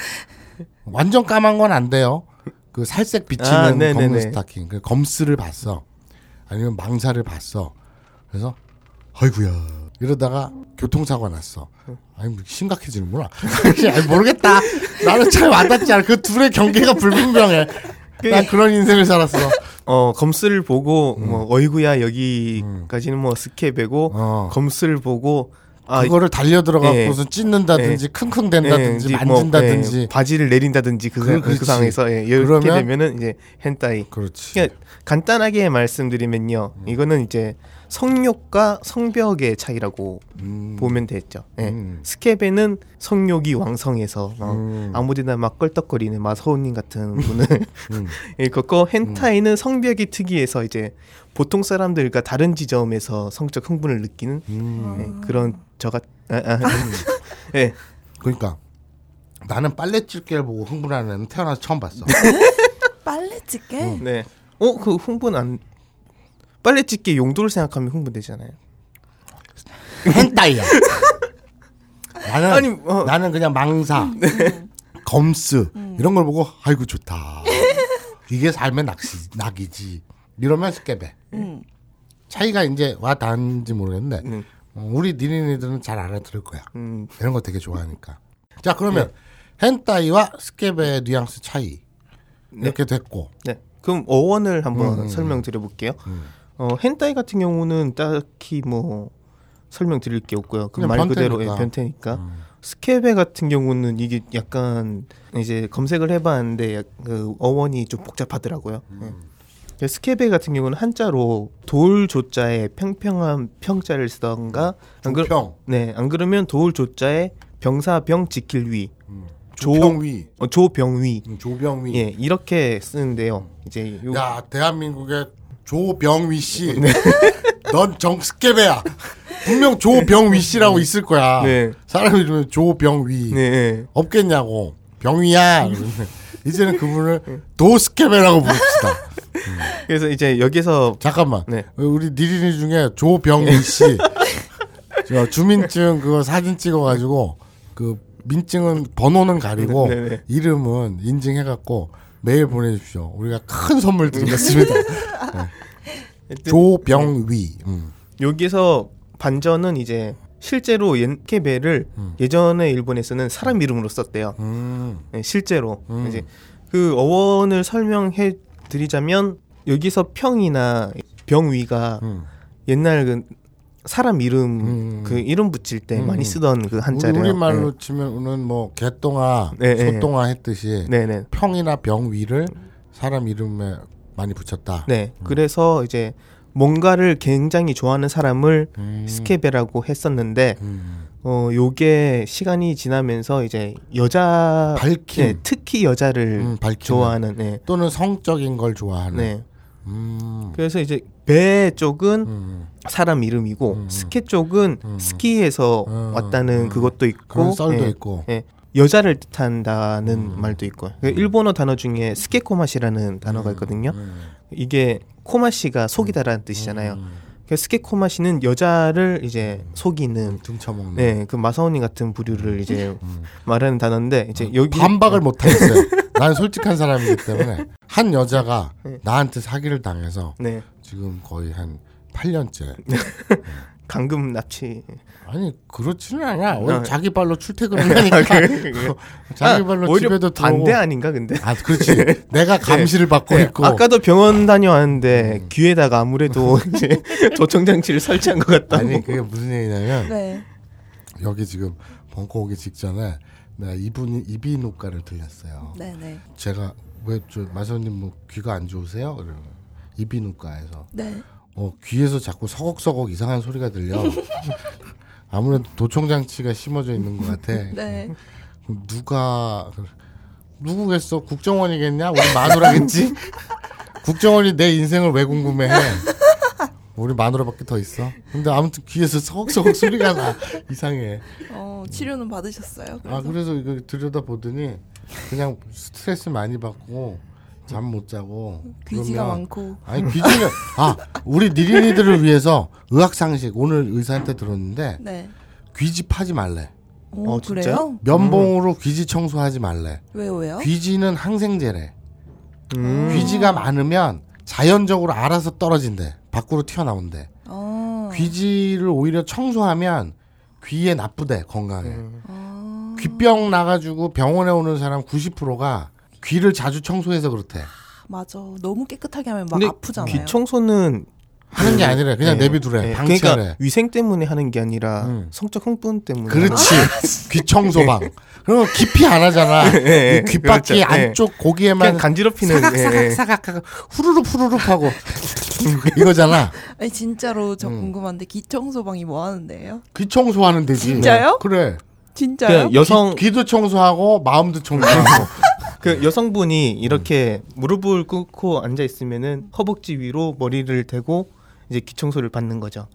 Speaker 3: 완전 까만 건 안 돼요. 그 살색 비치는
Speaker 2: 아, 네네네.
Speaker 3: 검은 스타킹. 그 검스를 봤어. 아니면 망사를 봤어. 그래서 아이구야 이러다가 교통사고 가 났어. 아니 뭐 심각해지는구나. 아니, 모르겠다. 나는 잘 와닿지 않아. 그 둘의 경계가 불분명해. 난 그런 인생을 살았어.
Speaker 2: 어, 검스를 보고
Speaker 3: 음.
Speaker 2: 뭐 어이구야 여기까지는 뭐 스케베고
Speaker 3: 어.
Speaker 2: 검스를 보고 아
Speaker 3: 그거를 달려
Speaker 2: 예.
Speaker 3: 들어가고서 찢는다든지
Speaker 2: 예.
Speaker 3: 킁킁댄다든지
Speaker 2: 예, 이제 뭐,
Speaker 3: 만진다든지
Speaker 2: 예, 바지를 내린다든지 그,
Speaker 3: 그-
Speaker 2: 그,
Speaker 3: 그렇지.
Speaker 2: 상황에서 예, 이렇게
Speaker 3: 그러면-
Speaker 2: 되면은 이제 헨타이.
Speaker 3: 그렇지
Speaker 2: 그러니까 간단하게 말씀드리면요,
Speaker 3: 음.
Speaker 2: 이거는 이제 성욕과 성벽의 차이라고
Speaker 3: 음,
Speaker 2: 보면 되죠. 예.
Speaker 3: 음.
Speaker 2: 스케베는 성욕이 왕성해서 막
Speaker 3: 음.
Speaker 2: 아무데나 막 껄떡거리는 마서우님 같은 분을
Speaker 3: 음.
Speaker 2: 예, 그거 헨타이는 성벽이 특이해서 이제 보통 사람들과 다른 지점에서 성적 흥분을 느끼는
Speaker 3: 음.
Speaker 2: 예, 그런 저가 아, 아, 예.
Speaker 3: 그러니까 나는 빨래집게를 보고 흥분하는 애는 태어나서 처음 봤어
Speaker 4: 빨래 찍게.
Speaker 2: 네. 어, 그 흥분 안 빨래 찍기 용도를 생각하면 흥분되잖아요.
Speaker 3: 헨타이야 나는
Speaker 2: 아니, 어. 음. 네.
Speaker 3: 나는 그냥 망사 검스 이런 걸 보고 아이고 좋다 이게 삶의 낚시, 낙이지 이러면 스케베
Speaker 4: 음.
Speaker 3: 차이가 이제 와 닿는지 모르겠는데
Speaker 2: 음.
Speaker 3: 어, 우리 니린이들은 잘 알아들을 거야
Speaker 2: 음. 네.
Speaker 3: 이런 거 되게 좋아하니까. 자 그러면 헨타이와 스케베의 뉘앙스 차이 이렇게 됐고
Speaker 2: 네. 그럼 어원을
Speaker 3: 음,
Speaker 2: 한번 설명드려 볼게요. 어, 헨타이 같은 경우는 딱히 뭐 설명드릴 게 없고요.
Speaker 3: 그냥
Speaker 2: 그말 그대로 예,
Speaker 3: 변태니까. 음.
Speaker 2: 변태니까. 스케베 같은 경우는 이게 약간 이제 검색을 해봤는데 약- 그 어원이 좀 복잡하더라고요.
Speaker 3: 음.
Speaker 2: 예. 스케베 같은 경우는 한자로 돌조자에 평평한 평자를 쓰던가
Speaker 3: 음.
Speaker 2: 안 그러-
Speaker 3: 조평.
Speaker 2: 네, 안 그러면 도울조자에 병사병 지킬 위. 조-
Speaker 3: 음. 조병위,
Speaker 2: 어, 조병위.
Speaker 3: 음, 조병위.
Speaker 2: 예, 이렇게 쓰는데요. 이제 요,
Speaker 3: 야 대한민국의 조병위 씨, 넌 정스케베야. 분명 조병위 씨라고 있을 거야.
Speaker 2: 네.
Speaker 3: 사람 이름은 조병위.
Speaker 2: 네.
Speaker 3: 없겠냐고. 병위야. 그러는데 이제는
Speaker 2: 네.
Speaker 3: 그분을 도스케베라고 부릅시다.
Speaker 2: 그래서 이제 여기서
Speaker 3: 잠깐만.
Speaker 2: 네.
Speaker 3: 우리 니린이 중에 조병위 씨. 저 주민증 그거 사진 찍어가지고 그 민증은 번호는 가리고
Speaker 2: 네, 네.
Speaker 3: 이름은 인증해갖고 메일 보내주십시오. 우리가 큰 선물 드리겠습니다. 네. 조병위. 음.
Speaker 2: 여기서 반전은 이제 실제로 엔케베를 예전에 일본에 쓰는 사람 이름으로 썼대요.
Speaker 3: 음.
Speaker 2: 네, 실제로 이제 그 어원을 설명해 드리자면 여기서 평이나 병위가
Speaker 3: 음.
Speaker 2: 옛날 그 사람 이름
Speaker 3: 음.
Speaker 2: 그 이름 붙일 때 많이 쓰던 그 한자래요.
Speaker 3: 우리 말로 치면은 뭐 개똥아,
Speaker 2: 네, 네.
Speaker 3: 소똥아 했듯이
Speaker 2: 네, 네,
Speaker 3: 평이나 병위를 사람 이름에 많이 붙였다.
Speaker 2: 네. 그래서 이제 뭔가를 굉장히 좋아하는 사람을
Speaker 3: 음.
Speaker 2: 스케베라고 했었는데
Speaker 3: 음.
Speaker 2: 어 요게 시간이 지나면서 이제 여자
Speaker 3: 밝힘.
Speaker 2: 네, 특히 여자를
Speaker 3: 음, 밝히는.
Speaker 2: 좋아하는 네.
Speaker 3: 또는 성적인 걸 좋아하는.
Speaker 2: 네.
Speaker 3: 음.
Speaker 2: 그래서 이제 배 쪽은
Speaker 3: 음.
Speaker 2: 사람 이름이고 스케 쪽은 스키에서
Speaker 3: 음,
Speaker 2: 왔다는
Speaker 3: 음.
Speaker 2: 그것도 있고
Speaker 3: 그런 썰도
Speaker 2: 예,
Speaker 3: 있고. 음.
Speaker 2: 예. 여자를 뜻한다는 말도 있고 그 일본어 단어 중에 스케코마시라는 단어가 있거든요.
Speaker 3: 음.
Speaker 2: 이게 코마시가 속이다라는 뜻이잖아요. 그 스케코마시는 여자를
Speaker 3: 음.
Speaker 2: 이제 속이는
Speaker 3: 등쳐먹는.
Speaker 2: 네, 그 마사오니 같은 부류를 이제 말하는 단어인데 이제 여기
Speaker 3: 음.
Speaker 2: 네.
Speaker 3: 아, 반박을 못 하겠어요. 난 솔직한 사람이기 때문에 한 여자가 나한테 사기를 당해서
Speaker 2: 네
Speaker 3: 지금 거의 한 8년째.
Speaker 2: 강금 납치
Speaker 3: 아니 그렇지는 않아.
Speaker 2: 아. 그러니까.
Speaker 3: 오늘 자기 발로 출퇴근을 하니까 자기 발로
Speaker 2: 아, 오히려
Speaker 3: 집에도 들어오고.
Speaker 2: 반대 아닌가 근데
Speaker 3: 아 그렇지. 내가 감시를 받고 있고.
Speaker 2: 아까도 병원 다녀왔는데
Speaker 3: 음.
Speaker 2: 귀에다가 아무래도 이제 도청 장치를 설치한 것 같다고
Speaker 3: 아니 그게 무슨 얘기냐면
Speaker 4: 네.
Speaker 3: 여기 지금 벙커 오기 직전에 내가 이분 이비인후과를 들렸어요.
Speaker 4: 네, 네.
Speaker 3: 제가 왜저 마선님 뭐 귀가 안 좋으세요? 그러면 이비인후과에서
Speaker 4: 네.
Speaker 3: 어, 귀에서 자꾸 서걱서걱 이상한 소리가 들려. 아무래도 도청 장치가 심어져 있는 것 같아.
Speaker 4: 네.
Speaker 3: 그럼 누가 누구겠어? 국정원이겠냐? 우리 마누라겠지? 국정원이 내 인생을 왜 궁금해해? 우리 마누라밖에 더 있어. 근데 아무튼 귀에서 서걱서걱 소리가 나 이상해.
Speaker 4: 어, 치료는 받으셨어요. 그래서?
Speaker 3: 아 그래서 이거 들여다 보더니 그냥 스트레스 많이 받고 잠 못 자고
Speaker 4: 귀지가
Speaker 3: 그러면-
Speaker 4: 많고.
Speaker 3: 아니 귀지는 아 우리 니린이들을 위해서 의학 상식 오늘 의사한테 들었는데
Speaker 4: 네.
Speaker 3: 귀지 파지 말래
Speaker 4: 오,
Speaker 2: 어, 진짜요?
Speaker 4: 그래요?
Speaker 3: 면봉으로 귀지 청소하지 말래
Speaker 4: 왜요, 왜요?
Speaker 3: 귀지는 항생제래
Speaker 2: 음.
Speaker 3: 귀지가 많으면 자연적으로 알아서 떨어진대 밖으로 튀어나온대
Speaker 4: 아.
Speaker 3: 귀지를 오히려 청소하면 귀에 나쁘대 건강에
Speaker 2: 음.
Speaker 4: 아.
Speaker 3: 귀병 나가지고 병원에 오는 사람 90%가 귀를 자주 청소해서 그렇대
Speaker 4: 맞아. 너무 깨끗하게 하면 막
Speaker 2: 근데
Speaker 4: 아프잖아요.
Speaker 2: 귀 청소는
Speaker 3: 하는 게 아니래 그냥
Speaker 2: 네.
Speaker 3: 내비두래
Speaker 2: 네,
Speaker 3: 방치하래
Speaker 2: 그러니까 위생 때문에 하는 게 아니라
Speaker 3: 음.
Speaker 2: 성적 흥분 때문에
Speaker 3: 그렇지. 귀 청소방. 그럼 깊이 안 하잖아.
Speaker 2: 예, 예.
Speaker 3: 이
Speaker 2: 네.
Speaker 3: 귓바퀴
Speaker 2: 그렇죠. 예.
Speaker 3: 안쪽
Speaker 2: 그냥
Speaker 3: 고기에만
Speaker 2: 간지럽히는 예, 예.
Speaker 3: 사각사각 사각 후루룩 후루룩 하고 이거잖아.
Speaker 4: 아니 진짜로
Speaker 3: 음.
Speaker 4: 저 궁금한데 귀 청소방이 뭐 하는데요?
Speaker 3: 귀 청소하는 데지. 네,
Speaker 4: 진짜요?
Speaker 3: 그래.
Speaker 4: 진짜요?
Speaker 2: 그 여성
Speaker 3: 귀, 도 청소하고 마음도 청소하고.
Speaker 2: 그 여성분이 이렇게
Speaker 3: 음.
Speaker 2: 무릎을 꿇고 앉아 있으면은 허벅지 위로 머리를 대고 이제 귀 청소를 받는 거죠.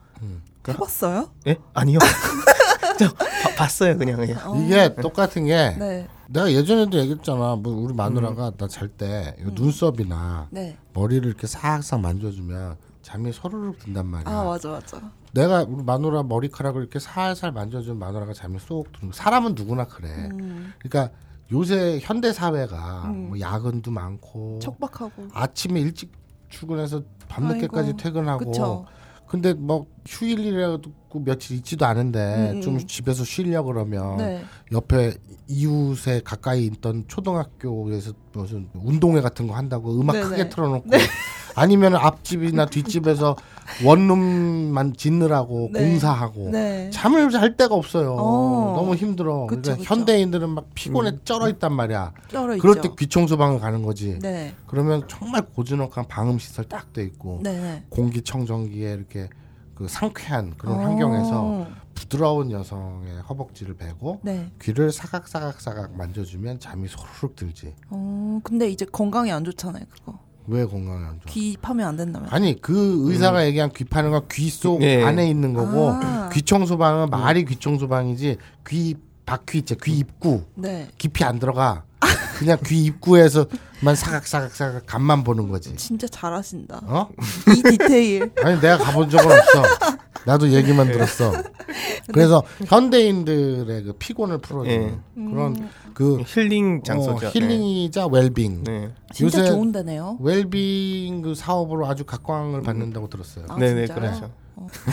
Speaker 4: 해봤어요?
Speaker 2: 예? 아니요. 저 봐- 봤어요 그냥 그냥.
Speaker 3: 이게 똑같은 게
Speaker 4: 네, 음.
Speaker 3: 내가 예전에도 얘기했잖아. 뭐 우리 마누라가 나 잘 때 눈썹이나
Speaker 4: 네.
Speaker 3: 머리를 이렇게 싹싹 만져주면 잠이 서르륵 든단 말이야.
Speaker 4: 아 맞아 맞아.
Speaker 3: 내가 우리 마누라 머리카락을 이렇게 살살 만져주면 마누라가 잠이 쏙 드는 거야. 사람은 누구나 그래.
Speaker 4: 음,
Speaker 3: 그러니까 요새 현대 사회가 뭐 야근도 많고
Speaker 4: 척박하고.
Speaker 3: 아침에 일찍 출근해서 밤늦게까지
Speaker 4: 아이고,
Speaker 3: 퇴근하고
Speaker 4: 그쵸.
Speaker 3: 근데 뭐 휴일이라도 며칠 있지도 않은데
Speaker 4: 음,
Speaker 3: 좀
Speaker 4: 음.
Speaker 3: 집에서 쉬려 그러면
Speaker 4: 네.
Speaker 3: 옆에 이웃에 가까이 있던 초등학교에서 무슨 운동회 같은 거 한다고 음악
Speaker 4: 네네.
Speaker 3: 크게 틀어놓고 아니면 앞집이나 뒷집에서 원룸만 짓느라고
Speaker 4: 네.
Speaker 3: 공사하고
Speaker 4: 네.
Speaker 3: 잠을 잘 데가 없어요.
Speaker 4: 어.
Speaker 3: 너무 힘들어.
Speaker 4: 그쵸,
Speaker 3: 그러니까
Speaker 4: 그쵸.
Speaker 3: 현대인들은 막 피곤에 쩔어 있단 말이야.
Speaker 4: 쩔어 있죠.
Speaker 3: 그럴 때 귀청소방을 가는 거지.
Speaker 4: 네,
Speaker 3: 그러면 정말 고즈넉한 방음 시설 딱 돼 있고
Speaker 4: 네, 네.
Speaker 3: 공기청정기에 이렇게 그 상쾌한 그런
Speaker 4: 어.
Speaker 3: 환경에서 부드러운 여성의 허벅지를 베고
Speaker 4: 네.
Speaker 3: 귀를 사각사각사각 만져주면 잠이 소르륵 들지.
Speaker 4: 어, 근데 이제 건강에 안 좋잖아요, 그거.
Speaker 3: 왜 건강에 안 좋아?
Speaker 4: 귀 파면 안 된다면.
Speaker 3: 아니 그 의사가 얘기한 귀 파는 건 귀 속
Speaker 2: 네.
Speaker 3: 안에 있는 거고
Speaker 4: 음. 아. 음.
Speaker 3: 귀청소방은 말이 귀청소방이지 귀 바퀴 있죠 귀 입구
Speaker 4: 네.
Speaker 3: 깊이 안 들어가 그냥 귀 입구에서만 사각사각사각 간만 보는 거지
Speaker 4: 아, 진짜 잘하신다.
Speaker 3: 어
Speaker 4: 이 디테일.
Speaker 3: 아니 내가 가본 적은 없어 나도
Speaker 2: 네.
Speaker 3: 얘기만 들었어 그래서 현대인들의 그 피곤을 풀어주는 그런 그
Speaker 2: 힐링 네. 음. 장소죠.
Speaker 3: 어, 힐링이자 웰빙
Speaker 2: 네.
Speaker 4: 진짜
Speaker 3: 요새-
Speaker 4: 좋은 데네요.
Speaker 3: 웰빙 그 사업으로 아주 각광을 받는다고 들었어요.
Speaker 4: 아,
Speaker 2: 네, 네,
Speaker 4: 진짜요?
Speaker 2: 그렇죠.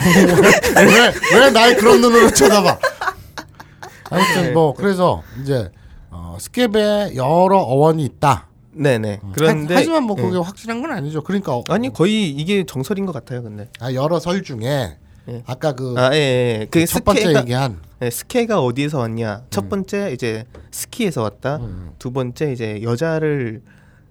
Speaker 3: 왜, 왜 나의 그런 눈으로 쳐다봐?
Speaker 2: 네.
Speaker 3: 아무튼 뭐 그래서 이제 어, 스케베 여러 어원이 있다.
Speaker 2: 네, 네. 그런데
Speaker 3: 하, 지만뭐
Speaker 2: 네.
Speaker 3: 그게 확실한 건 아니죠. 그러니까 어,
Speaker 2: 아니 거의 이게 정설인 것 같아요, 근데.
Speaker 3: 아, 여러 설 중에
Speaker 2: 예.
Speaker 3: 아까 그
Speaker 2: 아, 예, 예. 예. 그게
Speaker 3: 첫 번째 음.
Speaker 2: 스케가
Speaker 3: 얘기한
Speaker 2: 예, 스케가 어디에서 왔냐? 첫 번째 이제 스키에서 왔다.
Speaker 3: 음.
Speaker 2: 두 번째 이제 여자를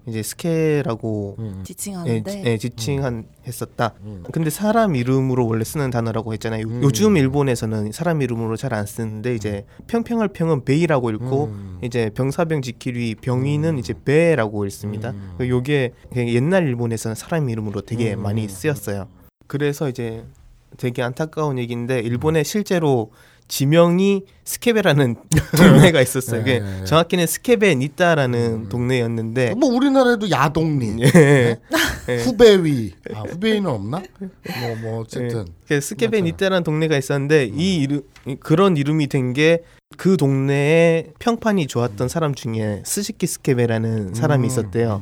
Speaker 2: 이제
Speaker 3: 음.
Speaker 2: 스케라고 예,
Speaker 4: 지칭하는데 음.
Speaker 2: 지- 예, 지칭한 했었다. 근데 사람 이름으로 원래 쓰는 단어라고 했잖아요. 요- 요즘 일본에서는 사람 이름으로 잘 안 쓰는데 이제 평평할 평은 베이라고 읽고 이제 병사병 지킬위 병위는 이제 베라고 읽습니다. 그 요게 되게 옛날 일본에서는 사람 이름으로 되게 많이 쓰였어요. 그래서 이제 되게 안타까운 얘기인데 일본에 실제로 지명이 스케베라는 동네가 있었어요. 그게
Speaker 3: 예, 예, 예.
Speaker 2: 정확히는 스케베 니타라는 동네였는데
Speaker 3: 뭐 우리나라에도 야동리
Speaker 2: 예. 예.
Speaker 3: 후배위 아, 후배위는 없나? 뭐 뭐 어쨌든
Speaker 2: 그 스케벤 이때라는 동네가 있었는데 이 이름 이- 그런 이름이 된 게 그 동네에 평판이 좋았던 사람 중에 스시키 스케베라는 사람이 있었대요.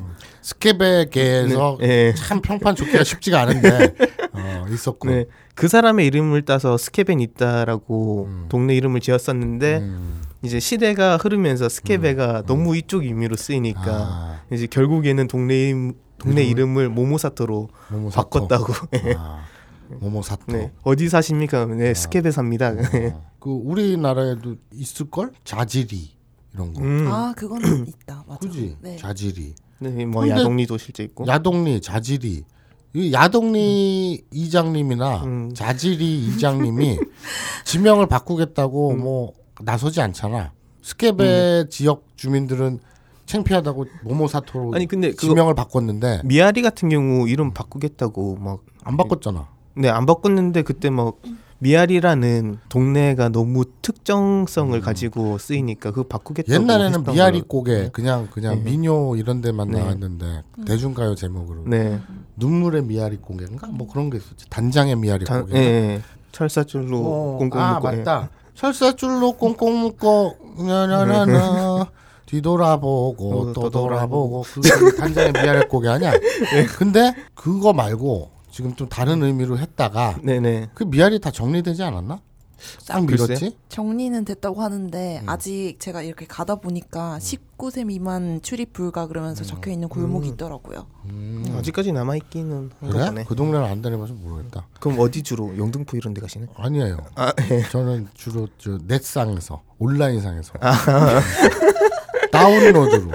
Speaker 3: 스케베계에서
Speaker 2: 네, 예.
Speaker 3: 참 평판 좋기가 쉽지가 않은데 어, 있었고
Speaker 2: 네, 그 사람의 이름을 따서 스케벤 있다라고 동네 이름을 지었었는데
Speaker 3: 음.
Speaker 2: 이제 시대가 흐르면서 스케베가 너무 이쪽 의미로 쓰이니까
Speaker 3: 아.
Speaker 2: 이제 결국에는 동네 이름, 동네 이름을 모모사토로
Speaker 3: 모모사토.
Speaker 2: 바꿨다고.
Speaker 3: 아, 모모사토.
Speaker 2: 네, 어디 음. 사십니까? 그러면 네, 스케베 삽니다.
Speaker 3: 어. 그 우리나라에도 있을 걸? 자질이 이런 거.
Speaker 2: 음,
Speaker 4: 아 그거는 있다. 맞아.
Speaker 3: 그지?
Speaker 4: 네.
Speaker 3: 자질이.
Speaker 2: 네, 뭐
Speaker 3: 근데-
Speaker 2: 야동리도 실제 있고.
Speaker 3: 야동리, 자질이. 이 야동리 이장님이나
Speaker 2: 음.
Speaker 3: 자질이 이장님이 지명을 바꾸겠다고
Speaker 2: 음.
Speaker 3: 뭐 나서지 않잖아. 스케베 지역 주민들은 창피하다고 모모사토로
Speaker 2: 아니, 근데 그거- 음.
Speaker 3: 지명을 바꿨는데
Speaker 2: 미아리 같은 경우 이름 바꾸겠다고
Speaker 3: 안 바꿨잖아.
Speaker 2: 막 네 안 바꿨는데 그때 막 미아리라는 동네가 너무 특정성을 가지고 쓰이니까 그거 바꾸겠다고
Speaker 3: 음. 옛날에는
Speaker 2: 했던
Speaker 3: 미아리
Speaker 2: 걸로.
Speaker 3: 곡에 그냥 그냥
Speaker 2: 음.
Speaker 3: 민요 이런 데만 나왔는데 대중가요 제목으로
Speaker 2: 네
Speaker 3: 눈물의 미아리 공개인가 뭐 그런 게 있었지 단장의 미아리
Speaker 2: 단,
Speaker 3: 공개
Speaker 2: 예, 예. 철사줄로 꽁꽁
Speaker 3: 아
Speaker 2: 묶고 예.
Speaker 3: 맞다 철사줄로 꽁꽁 묶어 나나나나 뒤돌아보고
Speaker 2: 어,
Speaker 3: 또
Speaker 2: 또 예.
Speaker 3: 돌아보고 그게 단장의 미아리 공개 아니야 근데 그거 말고 지금 좀 다른 의미로 했다가
Speaker 2: 네네
Speaker 3: 그 미아리 다 정리되지 않았나 싹 밀었지
Speaker 4: 정리는 됐다고 하는데 아직 제가 이렇게 가다 보니까 19세 미만 출입 불가 그러면서 적혀 있는 골목이 있더라고요.
Speaker 2: 아직까지 남아 있기는 한
Speaker 3: 음. 그래
Speaker 2: 거네
Speaker 3: 그 동네는 안 다녀봐서 모르겠다
Speaker 2: 그럼 어디 주로 영등포 이런 데 가시나요?
Speaker 3: 아니에요. 저는 주로 저 넷상에서 온라인상에서 네. 다운로드로.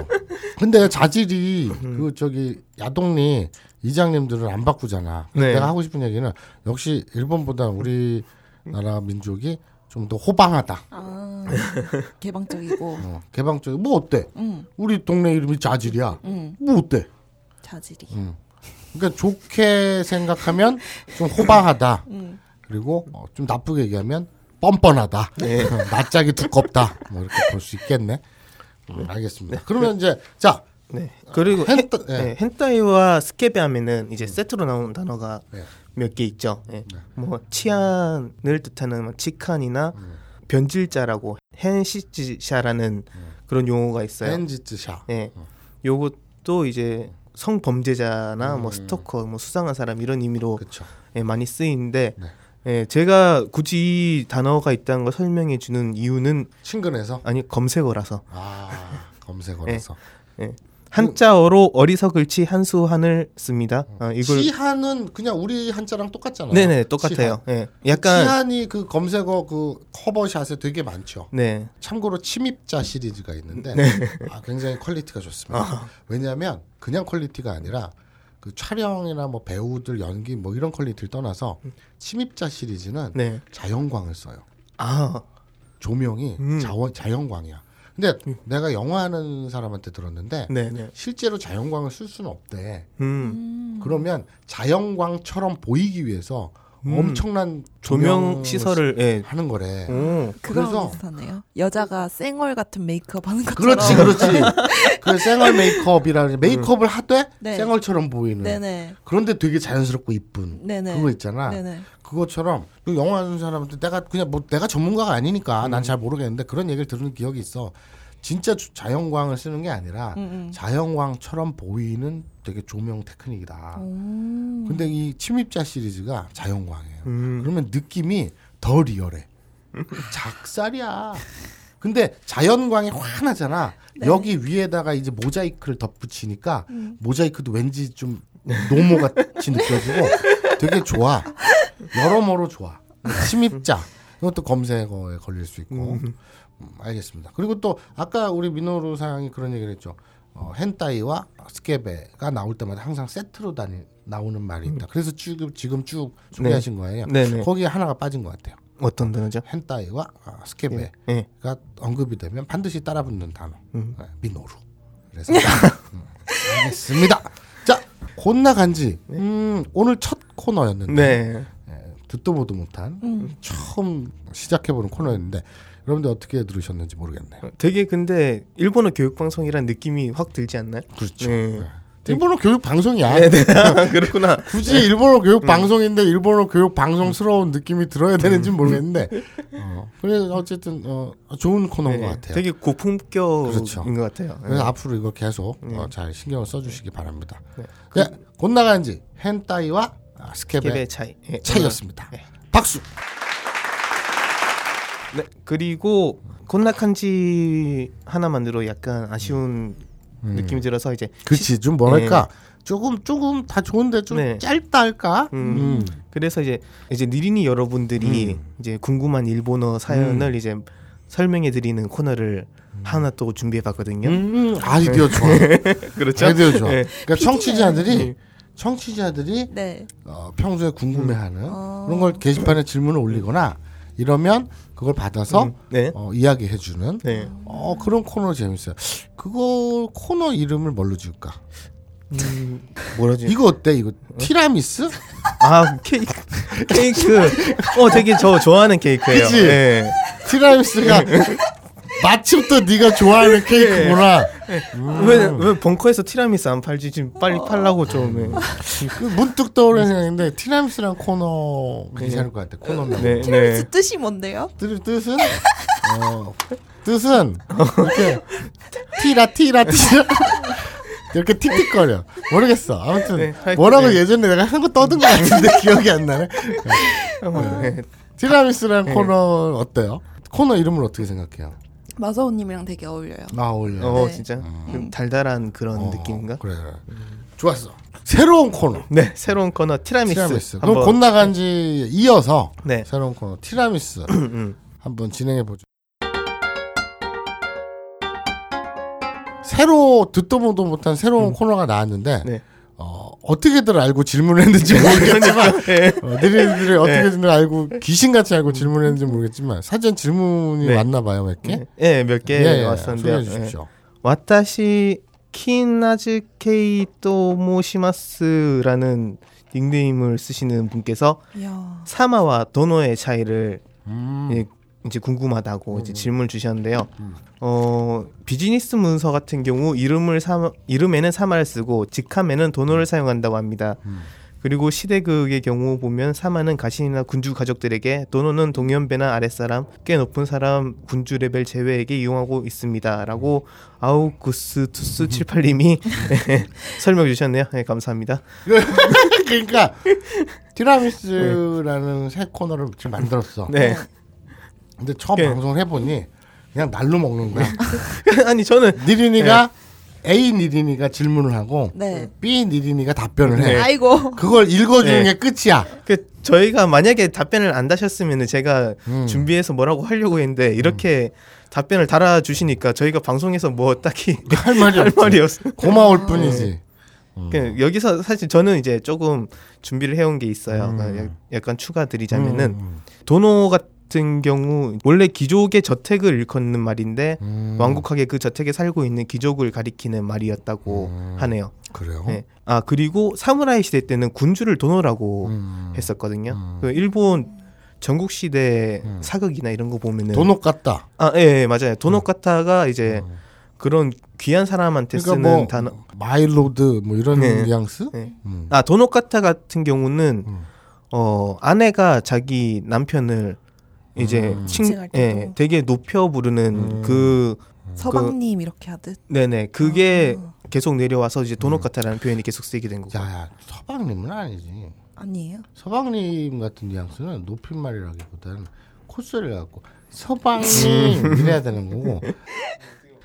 Speaker 3: 근데 자질이 그 저기 야동리 이장님들을 안 바꾸잖아.
Speaker 2: 네.
Speaker 3: 내가 하고 싶은 얘기는 역시 일본보다 우리 나라 민족이 좀 더 호방하다.
Speaker 4: 아 개방적이고
Speaker 3: 어, 개방적이 뭐 어때?
Speaker 4: 음.
Speaker 3: 우리 동네 이름이 자질이야.
Speaker 4: 음.
Speaker 3: 뭐 어때?
Speaker 4: 자질이
Speaker 3: 그러니까 좋게 생각하면 좀 호방하다. 그리고 어, 좀 나쁘게 얘기하면 뻔뻔하다.
Speaker 2: 네.
Speaker 3: 낯짝이 두껍다. 뭐 이렇게 볼 수 있겠네. 음, 알겠습니다. 그러면 이제 자
Speaker 2: 네 그리고
Speaker 3: 헨-
Speaker 2: 헨,
Speaker 3: 예.
Speaker 2: 네, 헨타이와 스케베 하면은 이제 세트로 나오는 단어가
Speaker 3: 음. 네.
Speaker 2: 몇 개 있죠. 예. 뭐 치안을 뜻하는 뭐 치칸이나
Speaker 3: 네.
Speaker 2: 변질자라고 헨시지샤라는
Speaker 3: 네.
Speaker 2: 그런 용어가 있어요.
Speaker 3: 엔지츠샤.
Speaker 2: 예. 요것도 이제 성범죄자나 뭐 스토커, 뭐 수상한 사람 이런 의미로
Speaker 3: 음, 그렇죠.
Speaker 2: 예, 많이 쓰이는데
Speaker 3: 네.
Speaker 2: 예, 제가 굳이 이 단어가 있다는 걸 설명해 주는 이유는
Speaker 3: 친근해서
Speaker 2: 아니 검색어라서
Speaker 3: 아 검색어에서
Speaker 2: 예.
Speaker 3: 그
Speaker 2: 한자어로 어리석을치 한수한을 씁니다.
Speaker 3: 어.
Speaker 2: 아, 이걸
Speaker 3: 치한은 그냥 우리 한자랑 똑같잖아요.
Speaker 2: 네네 똑같아요. 예,
Speaker 3: 치한.
Speaker 2: 약간
Speaker 3: 치한이 그 검색어 그 커버샷에 되게 많죠.
Speaker 2: 네
Speaker 3: 참고로
Speaker 2: 음.
Speaker 3: 침입자 시리즈가 있는데 아, 굉장히 퀄리티가 좋습니다.
Speaker 2: 아.
Speaker 3: 왜냐하면 그냥 퀄리티가 아니라 그 촬영이나 뭐 배우들 연기 뭐 이런 퀄리티를 떠나서 침입자 시리즈는
Speaker 2: 음. 네.
Speaker 3: 자연광을 써요.
Speaker 2: 아
Speaker 3: 조명이
Speaker 2: 음.
Speaker 3: 자원, 자연광이야. 근데 내가 영화하는 사람한테 들었는데
Speaker 2: 네네.
Speaker 3: 실제로 자연광을 쓸 수는 없대.
Speaker 2: 음.
Speaker 3: 그러면 자연광처럼 보이기 위해서
Speaker 2: 음.
Speaker 3: 엄청난
Speaker 2: 조명 시설을 예.
Speaker 3: 하는 거래.
Speaker 2: 오.
Speaker 4: 그거랑
Speaker 3: 그래서-
Speaker 4: 비슷하네요. 여자가 쌩얼 같은 메이크업 하는 것처럼.
Speaker 3: 그렇지, 그렇지. 그 생얼 메이크업이라는 메이크업을 하되
Speaker 4: 네.
Speaker 3: 생얼처럼 보이는.
Speaker 4: 네네.
Speaker 3: 그런데 되게 자연스럽고 이쁜
Speaker 4: 네네.
Speaker 3: 그거 있잖아.
Speaker 4: 네네.
Speaker 3: 그것처럼 그 영화 하는 사람한테 내가 그냥 뭐 내가 전문가가 아니니까
Speaker 4: 음.
Speaker 3: 난 잘 모르겠는데 그런 얘기를 들은 기억이 있어. 진짜 주- 자연광을 쓰는 게 아니라
Speaker 4: 음,
Speaker 3: 자연광처럼 보이는 되게 조명 테크닉이다.
Speaker 4: 오.
Speaker 3: 근데 이 침입자 시리즈가 자연광이에요.
Speaker 2: 음.
Speaker 3: 그러면 느낌이 더 리얼해. 작살이야. 근데 자연광이 환하잖아. 여기 위에다가 이제 모자이크를 덧붙이니까 모자이크도 왠지 좀 노모 같이 느껴지고 되게 좋아. 여러모로 좋아. 침입자. 이것도 검색어에 걸릴 수 있고. 음, 알겠습니다. 그리고 또 아까 우리 민호루 사장이 그런 얘기를 했죠. 어, 헨타이와 스케베가 나올 때마다 항상 세트로 다니, 나오는 말이 있다. 그래서 지금 지금 쭉 소개하신 거예요.
Speaker 2: 음. 네. 네네.
Speaker 3: 거기에 하나가 빠진 것 같아요.
Speaker 2: 어떤 단어죠?
Speaker 3: 헨타이와 아, 스케베가
Speaker 2: 예. 음.
Speaker 3: 언급이 되면 반드시 따라붙는 단어 네, 미노루. 그래서 음, 알겠습니다. 자 혼나 간지 음, 오늘 첫 코너였는데
Speaker 2: 네.
Speaker 3: 예, 듣도 보도 못한 처음 시작해보는 코너였는데 여러분들 어떻게 들으셨는지 모르겠네요.
Speaker 2: 되게 근데 일본어 교육 방송이란 느낌이 확 들지 않나요?
Speaker 3: 그렇죠.
Speaker 2: 네.
Speaker 3: 일본어 교육 방송이야.
Speaker 2: 네, 음. 네. 그렇구나.
Speaker 3: 굳이 일본어 교육 방송인데 일본어 교육 방송스러운 느낌이 들어야
Speaker 2: 음.
Speaker 3: 되는지 는 모르겠는데 어, 그래서 어쨌든 어, 좋은 코너인
Speaker 2: 네.
Speaker 3: 것 같아요.
Speaker 2: 되게 고품격인
Speaker 3: 그렇죠.
Speaker 2: 것 같아요.
Speaker 3: 그래서
Speaker 2: 네.
Speaker 3: 앞으로 이거 계속 어, 잘 신경을 써주시기 바랍니다.
Speaker 2: 네.
Speaker 3: 네, 곧 나간지 헨타이와 아, 스케베
Speaker 2: 캡의 차이. 예.
Speaker 3: 차이였습니다.
Speaker 2: 네.
Speaker 3: 박수.
Speaker 2: 네. 그리고 곤락한지 하나만으로 약간 아쉬운 느낌이 들어서 이제
Speaker 3: 그렇지 좀 뭐랄까 조금 조금 다 좋은데 좀
Speaker 2: 네.
Speaker 3: 짧다 할까? 음.
Speaker 2: 그래서 이제 이제 니린이 여러분들이 이제 궁금한 일본어
Speaker 3: 음.
Speaker 2: 사연을 이제 설명해 드리는 코너를 하나 또 준비해 봤거든요.
Speaker 3: 음, 아이디어 좋아.
Speaker 2: 네. 그렇죠?
Speaker 3: 아이디어 좋아.
Speaker 2: 예.
Speaker 3: 그러니까
Speaker 2: 네.
Speaker 3: 청취자들이 청취자들이
Speaker 4: 네.
Speaker 3: 어, 평소에 궁금해하는
Speaker 4: 어.
Speaker 3: 그런 걸 게시판에 질문을 올리거나 이러면 그걸 받아서
Speaker 2: 음, 네.
Speaker 3: 어, 이야기해주는
Speaker 2: 네.
Speaker 3: 어, 그런 코너 재밌어요. 그거 코너 이름을 뭘로 지을까?
Speaker 2: 음, 뭐라지?
Speaker 3: 이거 어때? 이거 티라미스?
Speaker 2: 아 케이크 케이크 어 되게 저 좋아하는 케이크예요.
Speaker 3: 그치?
Speaker 2: 예.
Speaker 3: 티라미스가 마침 또 네가
Speaker 2: 예.
Speaker 3: 좋아하는 케이크구나. 음.
Speaker 2: 왜왜 벙커에서 티라미수 안 팔지 지금 빨리 팔라고 좀. 예.
Speaker 3: 그 문득 떠오르는 생각인데 티라미스랑 코너 괜찮을 것 같아. 코너명.
Speaker 2: 네. 네.
Speaker 4: 티라미수 뜻이 뭔데요?
Speaker 3: 뜻, 뜻은 어, 뜻은 이렇게 티라 티라 티라 이렇게 틱틱거려 모르겠어 아무튼
Speaker 2: 네, 하여튼,
Speaker 3: 뭐라고
Speaker 2: 네.
Speaker 3: 예전에 내가 한 거 떠든 거 같은데 기억이 안 나네
Speaker 2: 한번, 예.
Speaker 3: 네. 티라미스라는
Speaker 2: 네.
Speaker 3: 코너 어때요 코너 이름을 어떻게 생각해요
Speaker 4: 마사오님이랑 되게 어울려요.
Speaker 3: 아 어울려
Speaker 2: 어
Speaker 4: 네.
Speaker 2: 진짜
Speaker 3: 음.
Speaker 2: 좀 달달한 그런
Speaker 3: 어.
Speaker 2: 느낌인가?
Speaker 3: 그래 그래 좋았어 새로운 코너
Speaker 2: 네 새로운 코너 티라미수.
Speaker 3: 티라미스 그럼
Speaker 2: 한번
Speaker 3: 곧 나간지 이어서
Speaker 2: 네. 그러니까
Speaker 3: 새로운 코너 티라미스 한번 진행해 보죠. 새로 듣도 보도 못한 새로운 코너가 나왔는데
Speaker 2: 음. 네.
Speaker 3: 어, 어떻게들 알고 질문했는지 모르겠지만
Speaker 2: 예.
Speaker 3: 어, 느리들이 어떻게든 알고 귀신같이 알고 질문했는지 모르겠지만 사전 질문이
Speaker 2: 네.
Speaker 3: 왔나 봐요 몇 개.
Speaker 2: 예, 몇 개
Speaker 3: 예, 예,
Speaker 2: 왔었는데.
Speaker 3: 소개해
Speaker 2: 요 네.
Speaker 3: 주십시오.
Speaker 2: 와타시 키나즈케이 또모시마스라는 닉네임을 쓰시는 분께서
Speaker 4: 이야.
Speaker 2: 사마와 도노의 차이를
Speaker 3: 음,
Speaker 2: 예, 이제 궁금하다고 이제 질문 을 주셨는데요. 어 비즈니스 문서 같은 경우 이름을 사 이름에는 사마를 쓰고 직함에는 도노를 사용한다고 합니다. 그리고 시대극의 경우 보면 사마는 가신이나 군주 가족들에게 도노는 동년배나 아랫사람 꽤 높은 사람 군주 레벨 제외에게 이용하고 있습니다라고 아우구스 투스 78님이 설명 해 주셨네요. 네, 감사합니다.
Speaker 3: 그러니까 티라미스라는 새 코너를 지금 만들었어.
Speaker 2: 네.
Speaker 3: 근데 처음
Speaker 2: 네.
Speaker 3: 방송을 해보니 그냥 날로 먹는 거야.
Speaker 2: 아니 저는
Speaker 3: 니린이가
Speaker 2: 네.
Speaker 3: A 니린이가 질문을 하고
Speaker 4: 네.
Speaker 3: B 니린이가 답변을 해.
Speaker 2: 네.
Speaker 4: 아이고.
Speaker 3: 그걸 읽어주는
Speaker 2: 네.
Speaker 3: 게 끝이야.
Speaker 2: 그 저희가 만약에 답변을 안 다셨으면 제가
Speaker 3: 음.
Speaker 2: 준비해서 뭐라고 하려고 했는데 이렇게 답변을 달아 주시니까 저희가 방송에서 뭐 딱히
Speaker 3: 할 말이
Speaker 2: 할
Speaker 3: 없지. 음.
Speaker 2: 말이 없어.
Speaker 3: 고마울 뿐이지.
Speaker 2: 그 여기서 사실 저는 이제
Speaker 3: 음.
Speaker 2: 조금 준비를 해온 게 있어요. 그러니까 약- 약간 추가드리자면은 도노 같은 경우 원래 귀족의 저택을 일컫는 말인데
Speaker 3: 음,
Speaker 2: 완곡하게 그 저택에 살고 있는 귀족을 가리키는 말이었다고
Speaker 3: 음.
Speaker 2: 하네요.
Speaker 3: 그래요?
Speaker 2: 네. 아 그리고 사무라이 시대 때는 군주를 도노라고
Speaker 3: 음,
Speaker 2: 했었거든요.
Speaker 3: 음.
Speaker 2: 그 일본 전국 시대
Speaker 3: 음.
Speaker 2: 사극이나 이런 거 보면은
Speaker 3: 도넛 음. 같다.
Speaker 2: 아, 예, 예, 맞아요. 도노카타가 이제 그런 귀한 사람한테
Speaker 4: 그러니까
Speaker 2: 쓰는
Speaker 3: 뭐
Speaker 2: 단어.
Speaker 4: 음?
Speaker 3: 마일로드 뭐 이런
Speaker 2: 네.
Speaker 3: 뉘앙스?
Speaker 2: 네.
Speaker 3: 음.
Speaker 2: 아, 도노카타 같은 경우는
Speaker 3: 음.
Speaker 2: 어, 아내가 자기 남편을 이제
Speaker 3: 음.
Speaker 2: 친,
Speaker 4: 지칭할 때도.
Speaker 2: 예, 되게 높여 부르는
Speaker 3: 음.
Speaker 2: 그
Speaker 4: 서방님 이렇게 하듯.
Speaker 2: 네네 그게
Speaker 4: 아,
Speaker 2: 계속 내려와서 이제 도노카타라는 표현이 계속 쓰이게 된 거고.
Speaker 3: 음. 야야 서방님은 아니지.
Speaker 4: 아니에요.
Speaker 3: 서방님 같은 뉘앙스는 높임말이라기보다는 콧소리를 갖고
Speaker 2: 음.
Speaker 3: 서방님 이래야 되는 거고.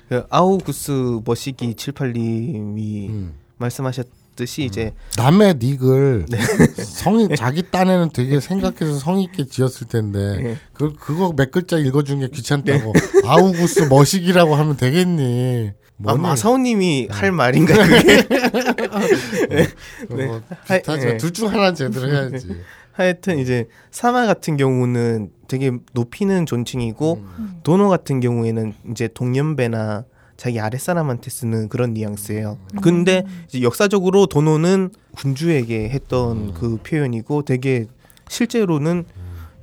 Speaker 2: 그 아우구스 머시기 782님이
Speaker 3: 음.
Speaker 2: 말씀하셨듯이 이제
Speaker 3: 남의 닉을
Speaker 2: 네.
Speaker 3: 성이 자기 딴에는 되게 생각해서 성의 있게 지었을 텐데
Speaker 2: 네.
Speaker 3: 그 그거 몇 글자 읽어준 게 귀찮다고 아우구스 머식이라고 하면 되겠니?
Speaker 2: 아,
Speaker 3: 뭐니?
Speaker 2: 마사오님이 할 말인가요? 그게?
Speaker 3: 그거
Speaker 2: 하이-
Speaker 3: 비슷하지만
Speaker 2: 네.
Speaker 3: 둘중 하나는 제대로 해야지.
Speaker 2: 하여튼 이제 사마 같은 경우는 되게 높이는 존칭이고
Speaker 4: 음.
Speaker 2: 도노 같은 경우에는 이제 동년배나 자기 아랫사람한테 쓰는 그런 뉘앙스예요. 근데 이제 역사적으로 도노는 군주에게 했던 그 표현이고 되게 실제로는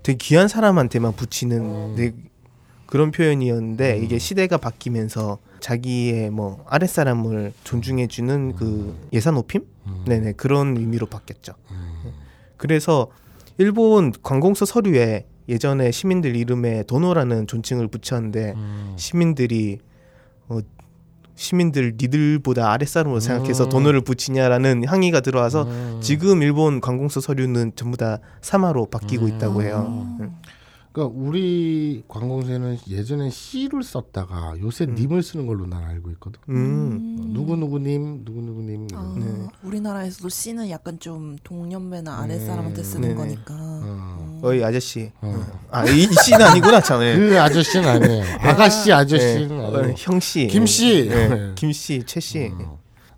Speaker 2: 되게 귀한 사람한테만 붙이는 되게 그런 표현이었는데 이게 시대가 바뀌면서 자기의 뭐 아랫사람을 존중해주는 그 예산 높임? 네네 그런 의미로 바뀌었죠. 그래서 일본 관공서 서류에 예전에 시민들 이름에 도노라는 존칭을 붙였는데 시민들이 어, 시민들 니들보다 아랫사람으로 생각해서 도노를 붙이냐라는 항의가 들어와서 지금 일본 관공서 서류는 전부 다 사마로 바뀌고 있다고 해요. 음.
Speaker 3: 그러니까 우리 관공서는 예전에 씨를 썼다가 요새 님을 쓰는 걸로 난 알고 있거든.
Speaker 2: 음.
Speaker 3: 누구 누구님 누구 누구님.
Speaker 4: 아,
Speaker 2: 네.
Speaker 4: 우리나라에도 씨는 약간 좀 동년배나 아랫사람한테
Speaker 3: 음.
Speaker 4: 쓰는
Speaker 2: 네네.
Speaker 4: 거니까.
Speaker 3: 음.
Speaker 2: 어이 아저씨.
Speaker 3: 어.
Speaker 2: 아, 이, 이 씨는 아니구나, 참. 예.
Speaker 3: 그 아저씨는 아니에요.
Speaker 2: 네.
Speaker 3: 아가씨 아저씨는
Speaker 2: 예. 어,
Speaker 3: 아니고.
Speaker 2: 형 씨.
Speaker 3: 김 씨. 네. 어.
Speaker 2: 예. 김 씨, 최 씨.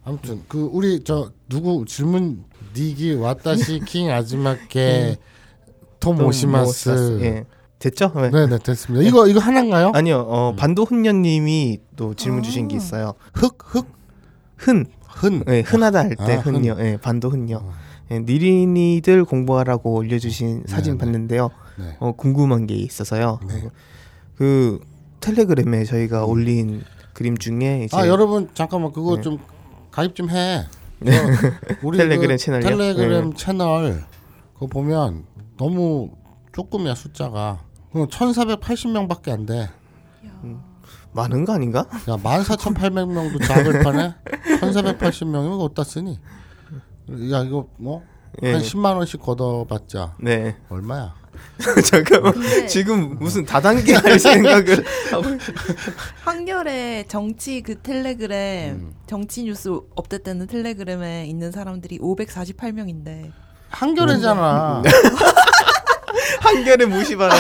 Speaker 3: 아무튼 그 우리 저 누구 질문 니기 와타시 킹 아즈마케
Speaker 2: 또
Speaker 3: 토모시마스.
Speaker 2: 네. 예. 됐죠? 예.
Speaker 3: 네네 음. 됐습니다. 이거 이거 하나인가요?
Speaker 2: 아니요. 어, 반도훈녀님이 또
Speaker 3: 아.
Speaker 2: 질문 주신 게 있어요. 흔,
Speaker 3: 흑흑흔
Speaker 2: 예, 흔하다 할 때
Speaker 3: 아, 흔. 어.
Speaker 2: 흔녀, 예, 반도훈녀. 예, 니린이들 공부하라고 올려주신 사진
Speaker 3: 네.
Speaker 2: 봤는데요.
Speaker 3: 네.
Speaker 2: 어, 궁금한 게 있어서요.
Speaker 3: 네.
Speaker 2: 그 텔레그램에 저희가 올린 그림 중에 이제
Speaker 3: 아 여러분 잠깐만 그거
Speaker 2: 네.
Speaker 3: 좀 가입 좀 해. 저 우리
Speaker 2: 텔레그램
Speaker 3: 그
Speaker 2: 채널이요? 네.
Speaker 3: 텔레그램 채널 그거 보면 너무 조금이야 숫자가. 1,480명밖에 안 돼.
Speaker 2: 많은 거 아닌가?
Speaker 3: 야, 14,800명도 작을 판에 1,480명이면 어디다 쓰니? 야, 이거 뭐?
Speaker 2: 예.
Speaker 3: 한 10만 원씩 걷어봤자
Speaker 2: 네.
Speaker 3: 얼마야?
Speaker 2: 잠깐만.
Speaker 4: 근데-
Speaker 2: 지금 무슨 다단계 할 생각을 하고
Speaker 4: 한겨레 정치 그 텔레그램
Speaker 3: 음.
Speaker 4: 정치 뉴스 업데이트 되는 텔레그램에 있는 사람들이 548명인데
Speaker 3: 한겨레잖아.
Speaker 2: 음. 한결에 무시받아.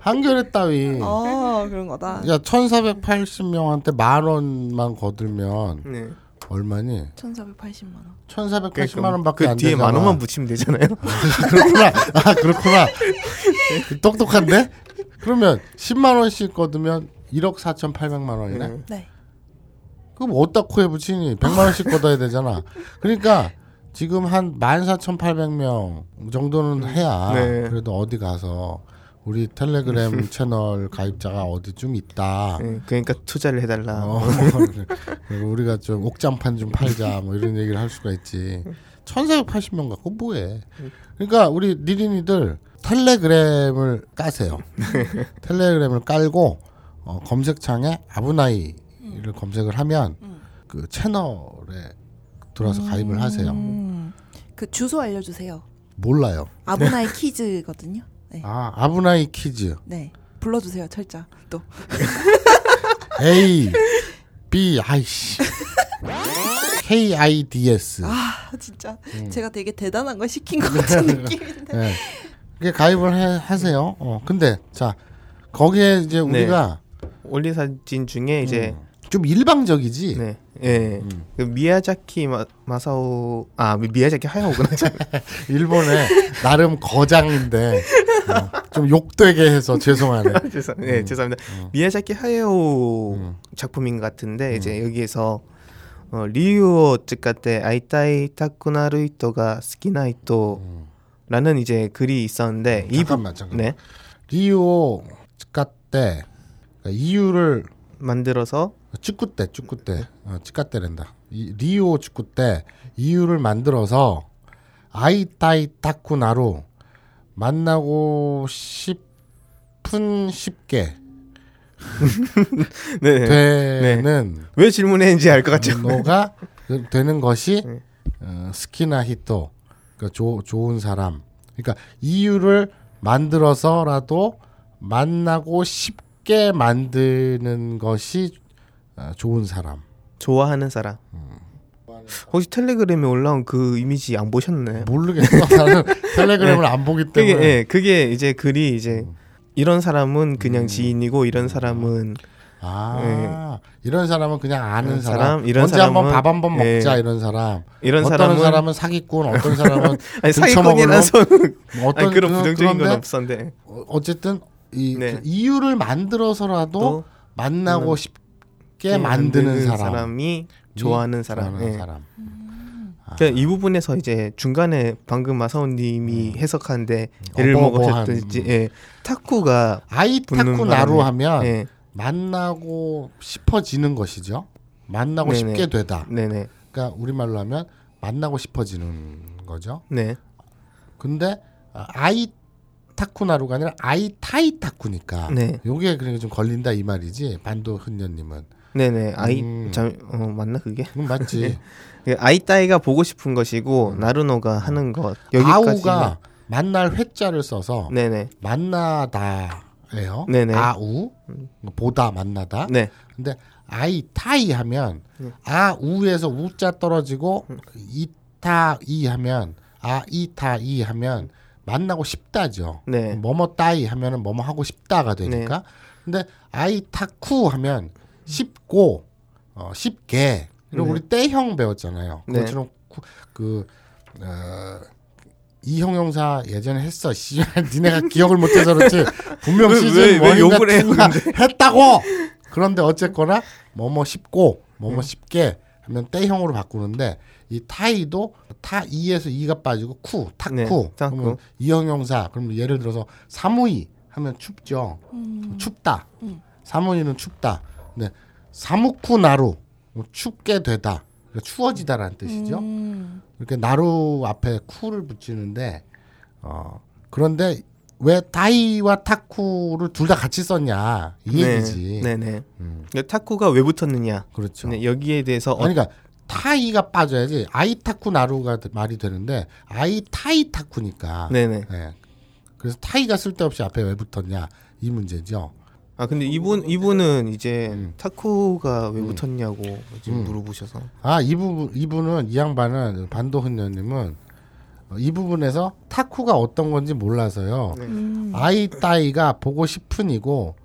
Speaker 3: 한겨레 따위.
Speaker 4: 어 그런 거다
Speaker 3: 야, 1,480명한테 만 원만 거들면
Speaker 2: 네.
Speaker 3: 얼마니?
Speaker 4: 1480만 원
Speaker 3: 1,480만 그러니까 원밖에
Speaker 2: 그
Speaker 3: 안
Speaker 2: 뒤에
Speaker 3: 되잖아.
Speaker 2: 만 원만 붙이면 되잖아요.
Speaker 3: 그렇구나. 아, 그렇구나. 똑똑한데? 그러면 10만 원씩 거두면 1억 4,800만 원이네.
Speaker 2: 네.
Speaker 4: 네.
Speaker 3: 그럼 어디다 코에 붙이니? 100만 원씩 걷어야 되잖아. 그러니까 지금 한 14,800명 정도는 해야
Speaker 2: 네.
Speaker 3: 그래도 어디 가서 우리 텔레그램 채널 가입자가 어디 좀 있다.
Speaker 2: 네, 그러니까 투자를 해달라.
Speaker 3: 아. 어, 그리고 우리가 좀 옥장판 좀 팔자 뭐 이런 얘기를 할 수가 있지. 1480명 갖고 뭐해. 그러니까 우리 니린이들 텔레그램을 까세요. 텔레그램을 깔고 어, 검색창에 아브나이를 검색을 하면 그 채널에 들어와서 가입을 하세요.
Speaker 4: 음. 음. 그 주소 알려주세요
Speaker 3: 몰라요. 네.
Speaker 4: 아브나이 키즈거든요 네.
Speaker 3: 아 아브나이 키즈
Speaker 4: 네 불러주세요 철자 또
Speaker 3: A B I C K I D S
Speaker 4: 아, 진짜
Speaker 3: 음.
Speaker 4: 제가 되게 대단한 걸 시킨 것 같은 느낌인데
Speaker 3: 예. 이게 가입을 해- 하세요. 어, 근데 자
Speaker 2: 네.
Speaker 3: 거기에 이제 우리가
Speaker 2: 올린 사진 중에 이제
Speaker 3: 좀 일방적이지.
Speaker 2: 네. 예.
Speaker 3: 음.
Speaker 2: 그 미야자키 마, 마사오 아 미- 미야자키 하야오구나.
Speaker 3: 일본의 나름 거장인데 어, 좀 욕되게 해서 죄송하네.
Speaker 2: 죄송, 예,
Speaker 3: 음.
Speaker 2: 죄송합니다.
Speaker 3: 음.
Speaker 2: 미야자키 하야오
Speaker 3: 음.
Speaker 2: 작품인 것 같은데 이제 여기에서 어, 리유오 쯔카테 아이타이 타쿠나루 이토가 스키나이토라는
Speaker 3: 음.
Speaker 2: 이제 글이 있었는데 이 부-
Speaker 3: 잠깐만 잠깐만.
Speaker 2: 네
Speaker 3: 리오 치카 때 그러니까 이유를
Speaker 2: 만들어서
Speaker 3: 축구 때 축구 때 어, 치카 때랜다. 이, 리오 축구 때 이유를 만들어서 아이타이 타쿠나로 만나고 싶은 쉽게
Speaker 2: 네.
Speaker 3: 되는
Speaker 2: 왜 질문했는지 알 것 같죠.
Speaker 3: 음, 너가 그- 되는 것이
Speaker 2: 네.
Speaker 3: 어, 스키나 히토 그러니까 조- 좋은 사람 그러니까 이유를 만들어서라도 만나고 쉽게 만드는 것이 어, 좋은 사람
Speaker 2: 좋아하는 사람.
Speaker 3: 음.
Speaker 2: 혹시 텔레그램에 올라온 그 이미지 안 보셨나요?
Speaker 3: 모르겠어 나는 텔레그램을 안 보기
Speaker 2: 네. 그게
Speaker 3: 뭐 때문에 음.
Speaker 2: 예, 그게 이제 글이 이제 이런 사람은 그냥 지인이고 이런 사람은
Speaker 3: 아 이런 사람은 그냥 아는
Speaker 2: 이런
Speaker 3: 사람,
Speaker 2: 네. 사람, 이런
Speaker 3: 언제 한번
Speaker 2: 사람은-
Speaker 3: 밥 한 번
Speaker 2: 예.
Speaker 3: 먹자 이런 사람
Speaker 2: 이런
Speaker 3: 어떤
Speaker 2: 사람은,
Speaker 3: 사람은, 사기꾼 어떤 사람은
Speaker 2: 아니 사기꾼이라서
Speaker 3: 뭐 어떤
Speaker 2: 아니, 그런
Speaker 3: 그-
Speaker 2: 부정적인 건
Speaker 3: 그런데
Speaker 2: 없었는데
Speaker 3: 어- 어쨌든 이
Speaker 2: 네.
Speaker 3: 그 이유를 만들어서라도
Speaker 2: 또
Speaker 3: 만나고
Speaker 2: 음.
Speaker 3: 쉽게 만드는 사람, 음.
Speaker 2: 이 좋아하는 사람.
Speaker 3: 좋아하는
Speaker 2: 예.
Speaker 3: 사람. 아,
Speaker 2: 그러니까 이 부분에서 이제 중간에 방금 마사오님이 해석한데
Speaker 3: 음.
Speaker 2: 예를
Speaker 3: 어버버한,
Speaker 2: 먹으셨든지
Speaker 3: 음.
Speaker 2: 예, 타쿠가
Speaker 3: 아이
Speaker 2: 붙는
Speaker 3: 타쿠 나루
Speaker 2: 바람에.
Speaker 3: 하면
Speaker 2: 예,
Speaker 3: 만나고 싶어지는 것이죠. 만나고
Speaker 2: 네네.
Speaker 3: 쉽게 되다.
Speaker 2: 네네
Speaker 3: 그러니까 우리 말로 하면 만나고 싶어지는 거죠.
Speaker 2: 네
Speaker 3: 근데 아, 아이 타쿠 나루가 아니라 아이 타이 타쿠니까
Speaker 2: 네.
Speaker 3: 요게 그러니까 좀 걸린다 이 말이지. 반도 흔녀님은
Speaker 2: 네네 아이
Speaker 3: 음.
Speaker 2: 잠 어, 맞나 그게
Speaker 3: 그건 맞지.
Speaker 2: 그 아이 따이가 보고 싶은 것이고 나루노가 하는 것 여기까지
Speaker 3: 음. 아우가 만날 회자를 써서
Speaker 2: 네네
Speaker 3: 만나다예요.
Speaker 2: 네네.
Speaker 3: 아우 보다 만나다.
Speaker 2: 네
Speaker 3: 근데 아이 타이 하면
Speaker 2: 예.
Speaker 3: 아우에서 우자 떨어지고
Speaker 2: 음.
Speaker 3: 이타이 하면 아이타이 하면 만나고 싶다죠.
Speaker 2: 네.
Speaker 3: 뭐뭐 따이 하면은 뭐뭐 하고 싶다가 되니까. 근데 아이 타쿠 하면 쉽고 어, 쉽게. 그리고
Speaker 2: 네.
Speaker 3: 우리 때형 배웠잖아요.
Speaker 2: 네.
Speaker 3: 그것처럼 구- 그 어, 이 형용사 예전에 했어. 씨, 니네가 기억을 못해서 그렇지. 분명
Speaker 2: 왜-
Speaker 3: 시즌
Speaker 2: 왜- 왜
Speaker 3: 원인가
Speaker 2: 욕을 해요,
Speaker 3: 투가 했다고. 그런데 어쨌거나 뭐뭐 쉽고
Speaker 2: 음.
Speaker 3: 뭐뭐 쉽게 하면 때형으로 바꾸는데 이 타이도 타 이에서 이가 빠지고 쿠 타쿠
Speaker 2: 네, 타쿠.
Speaker 3: 그러면 이형용사 그럼 예를 들어서 사무이 하면 춥죠.
Speaker 4: 음,
Speaker 3: 춥다.
Speaker 4: 음.
Speaker 3: 사무이는 춥다. 근데 사무쿠 나루 춥게 되다. 그러니까 추워지다라는 뜻이죠.
Speaker 4: 음,
Speaker 3: 이렇게 나루 앞에 쿠를 붙이는데 어 그런데 왜 다이와 타쿠를 둘 다 같이 썼냐 이 얘기지.
Speaker 2: 네, 네네
Speaker 3: 음,
Speaker 2: 근데 타쿠가 왜 붙었느냐
Speaker 3: 그렇죠.
Speaker 2: 네, 여기에 대해서 어,
Speaker 3: 아니, 그러니까 타이가 빠져야지 아이 타쿠 나루가 되- 말이 되는데 아이 타이 타쿠니까.
Speaker 2: 네네
Speaker 3: 예. 그래서 타이가 쓸데없이 앞에 왜 붙었냐 이 문제죠.
Speaker 2: 아 근데 이분 이분은 이제
Speaker 3: 음.
Speaker 2: 타쿠가 왜 붙었냐고 지금
Speaker 3: 음.
Speaker 2: 물어보셔서
Speaker 3: 아 이 부분 이분은 이 양반은 반도훈녀님은 어, 이 부분에서 타쿠가 어떤 건지 몰라서요.
Speaker 4: 음.
Speaker 3: 아이 따이가 보고 싶은이고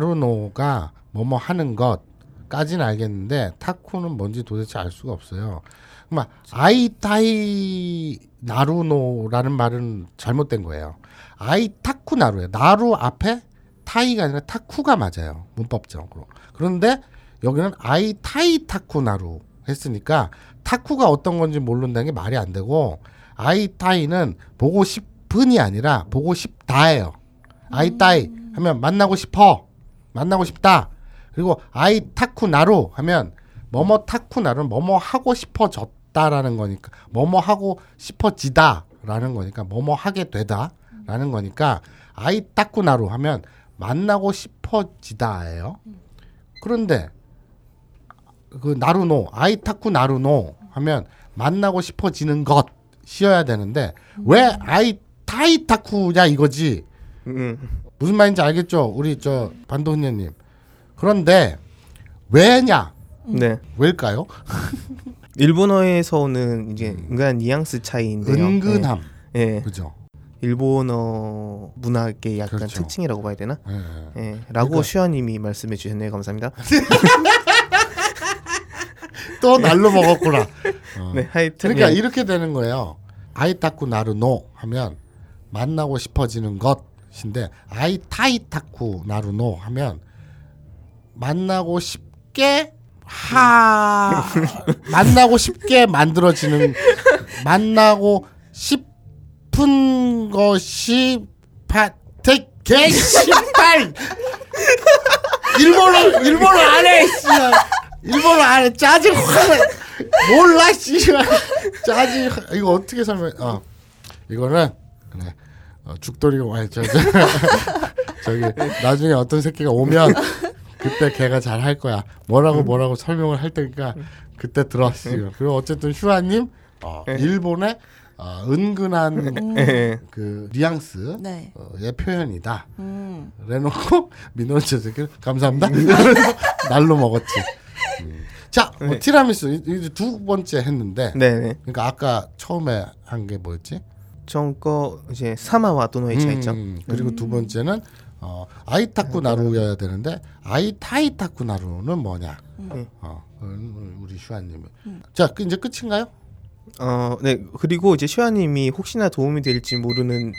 Speaker 3: 나루노가 뭐뭐 하는 것까지는 알겠는데 타쿠는 뭔지 도대체 알 수가 없어요. 그만 아이 따이 나루노라는 말은 잘못된 거예요. 아이 타쿠 나루예요. 나루 앞에 타이가 아니라 타쿠가 맞아요. 문법적으로. 그런데 여기는 아이 타이 타쿠 나루 했으니까 타쿠가 어떤 건지 모른다는 게 말이 안 되고 아이 타이는 보고 싶은이 아니라 보고 싶다예요. 아이 타이 하면 만나고 싶어. 만나고 싶다. 그리고 아이 타쿠 나루 하면 뭐뭐 타쿠 나루는 뭐뭐 하고 싶어졌다라는 거니까 뭐뭐 하고 싶어지다라는 거니까 뭐뭐 하게 되다라는 거니까 아이 타쿠 나루 하면 만나고 싶어지다예요. 그런데 그 나루노 아이타쿠 나루노 하면 만나고 싶어지는 것 쉬어야 되는데 왜 아이타이타쿠냐 이거지
Speaker 2: 음.
Speaker 3: 무슨 말인지 알겠죠 우리 저 반도훈녀님 그런데 왜냐
Speaker 2: 네
Speaker 3: 왜일까요
Speaker 2: 일본어에서 오는 이제 은근한 뉘앙스 차이인데요
Speaker 3: 음. 은근함
Speaker 2: 예, 예.
Speaker 3: 그죠
Speaker 2: 일본어 문학의 약간
Speaker 3: 그렇죠.
Speaker 2: 특징이라고 봐야 되나
Speaker 3: 예, 예.
Speaker 2: 예, 라고 슈아님이 말씀해 주셨네요. 감사합니다.
Speaker 3: 또 날로 먹었구나. 어.
Speaker 2: 네, 하여튼
Speaker 3: 그러니까
Speaker 2: 예.
Speaker 3: 이렇게 되는 거예요. 아이타쿠 나루노 하면 만나고 싶어지는 것인데 아이타이타쿠 나루노 하면 만나고 싶게 하 만나고 싶게 만들어지는 만나고 싶은 것이 파테 개신발 일본어 일본어 안해 씨발 일본어 안해 짜증 확- 몰라 씨발 짜증 확- 이거 어떻게 설명 어 이거는 네. 어, 죽돌이가 아니 저, 저, 저기 나중에 어떤 새끼가 오면 그때 걔가 잘 할 거야 뭐라고 뭐라고 설명을 할 테니까 그때 들었어요 그리고 어쨌든 휴아님 어, 일본의 어, 은근한
Speaker 2: 예.
Speaker 3: 그 뉘앙스
Speaker 4: 네.
Speaker 3: 의 표현이다.
Speaker 4: 음.
Speaker 3: 내놓고 민호는 저 새끼 감사합니다.
Speaker 2: 음.
Speaker 3: 이러면서 날로 먹었지. 음. 자 어, 티라미수 이- 이제 두 번째 했는데
Speaker 2: 네, 네.
Speaker 3: 그러니까 아까 처음에 한 게 뭐였지?
Speaker 2: 전거 네, 이제 사마와 도노의 차이점.
Speaker 3: 음, 그리고 두 번째는 어, 아이타쿠 나루여야 되는데 아이타이타쿠 나루는 뭐냐?
Speaker 2: 음.
Speaker 3: 어, 음, 우리 슈아님이 자 그, 이제 끝인가요?
Speaker 2: 어, 네. 그리고 이제 시아님이 혹시나 도움이 될지 모르는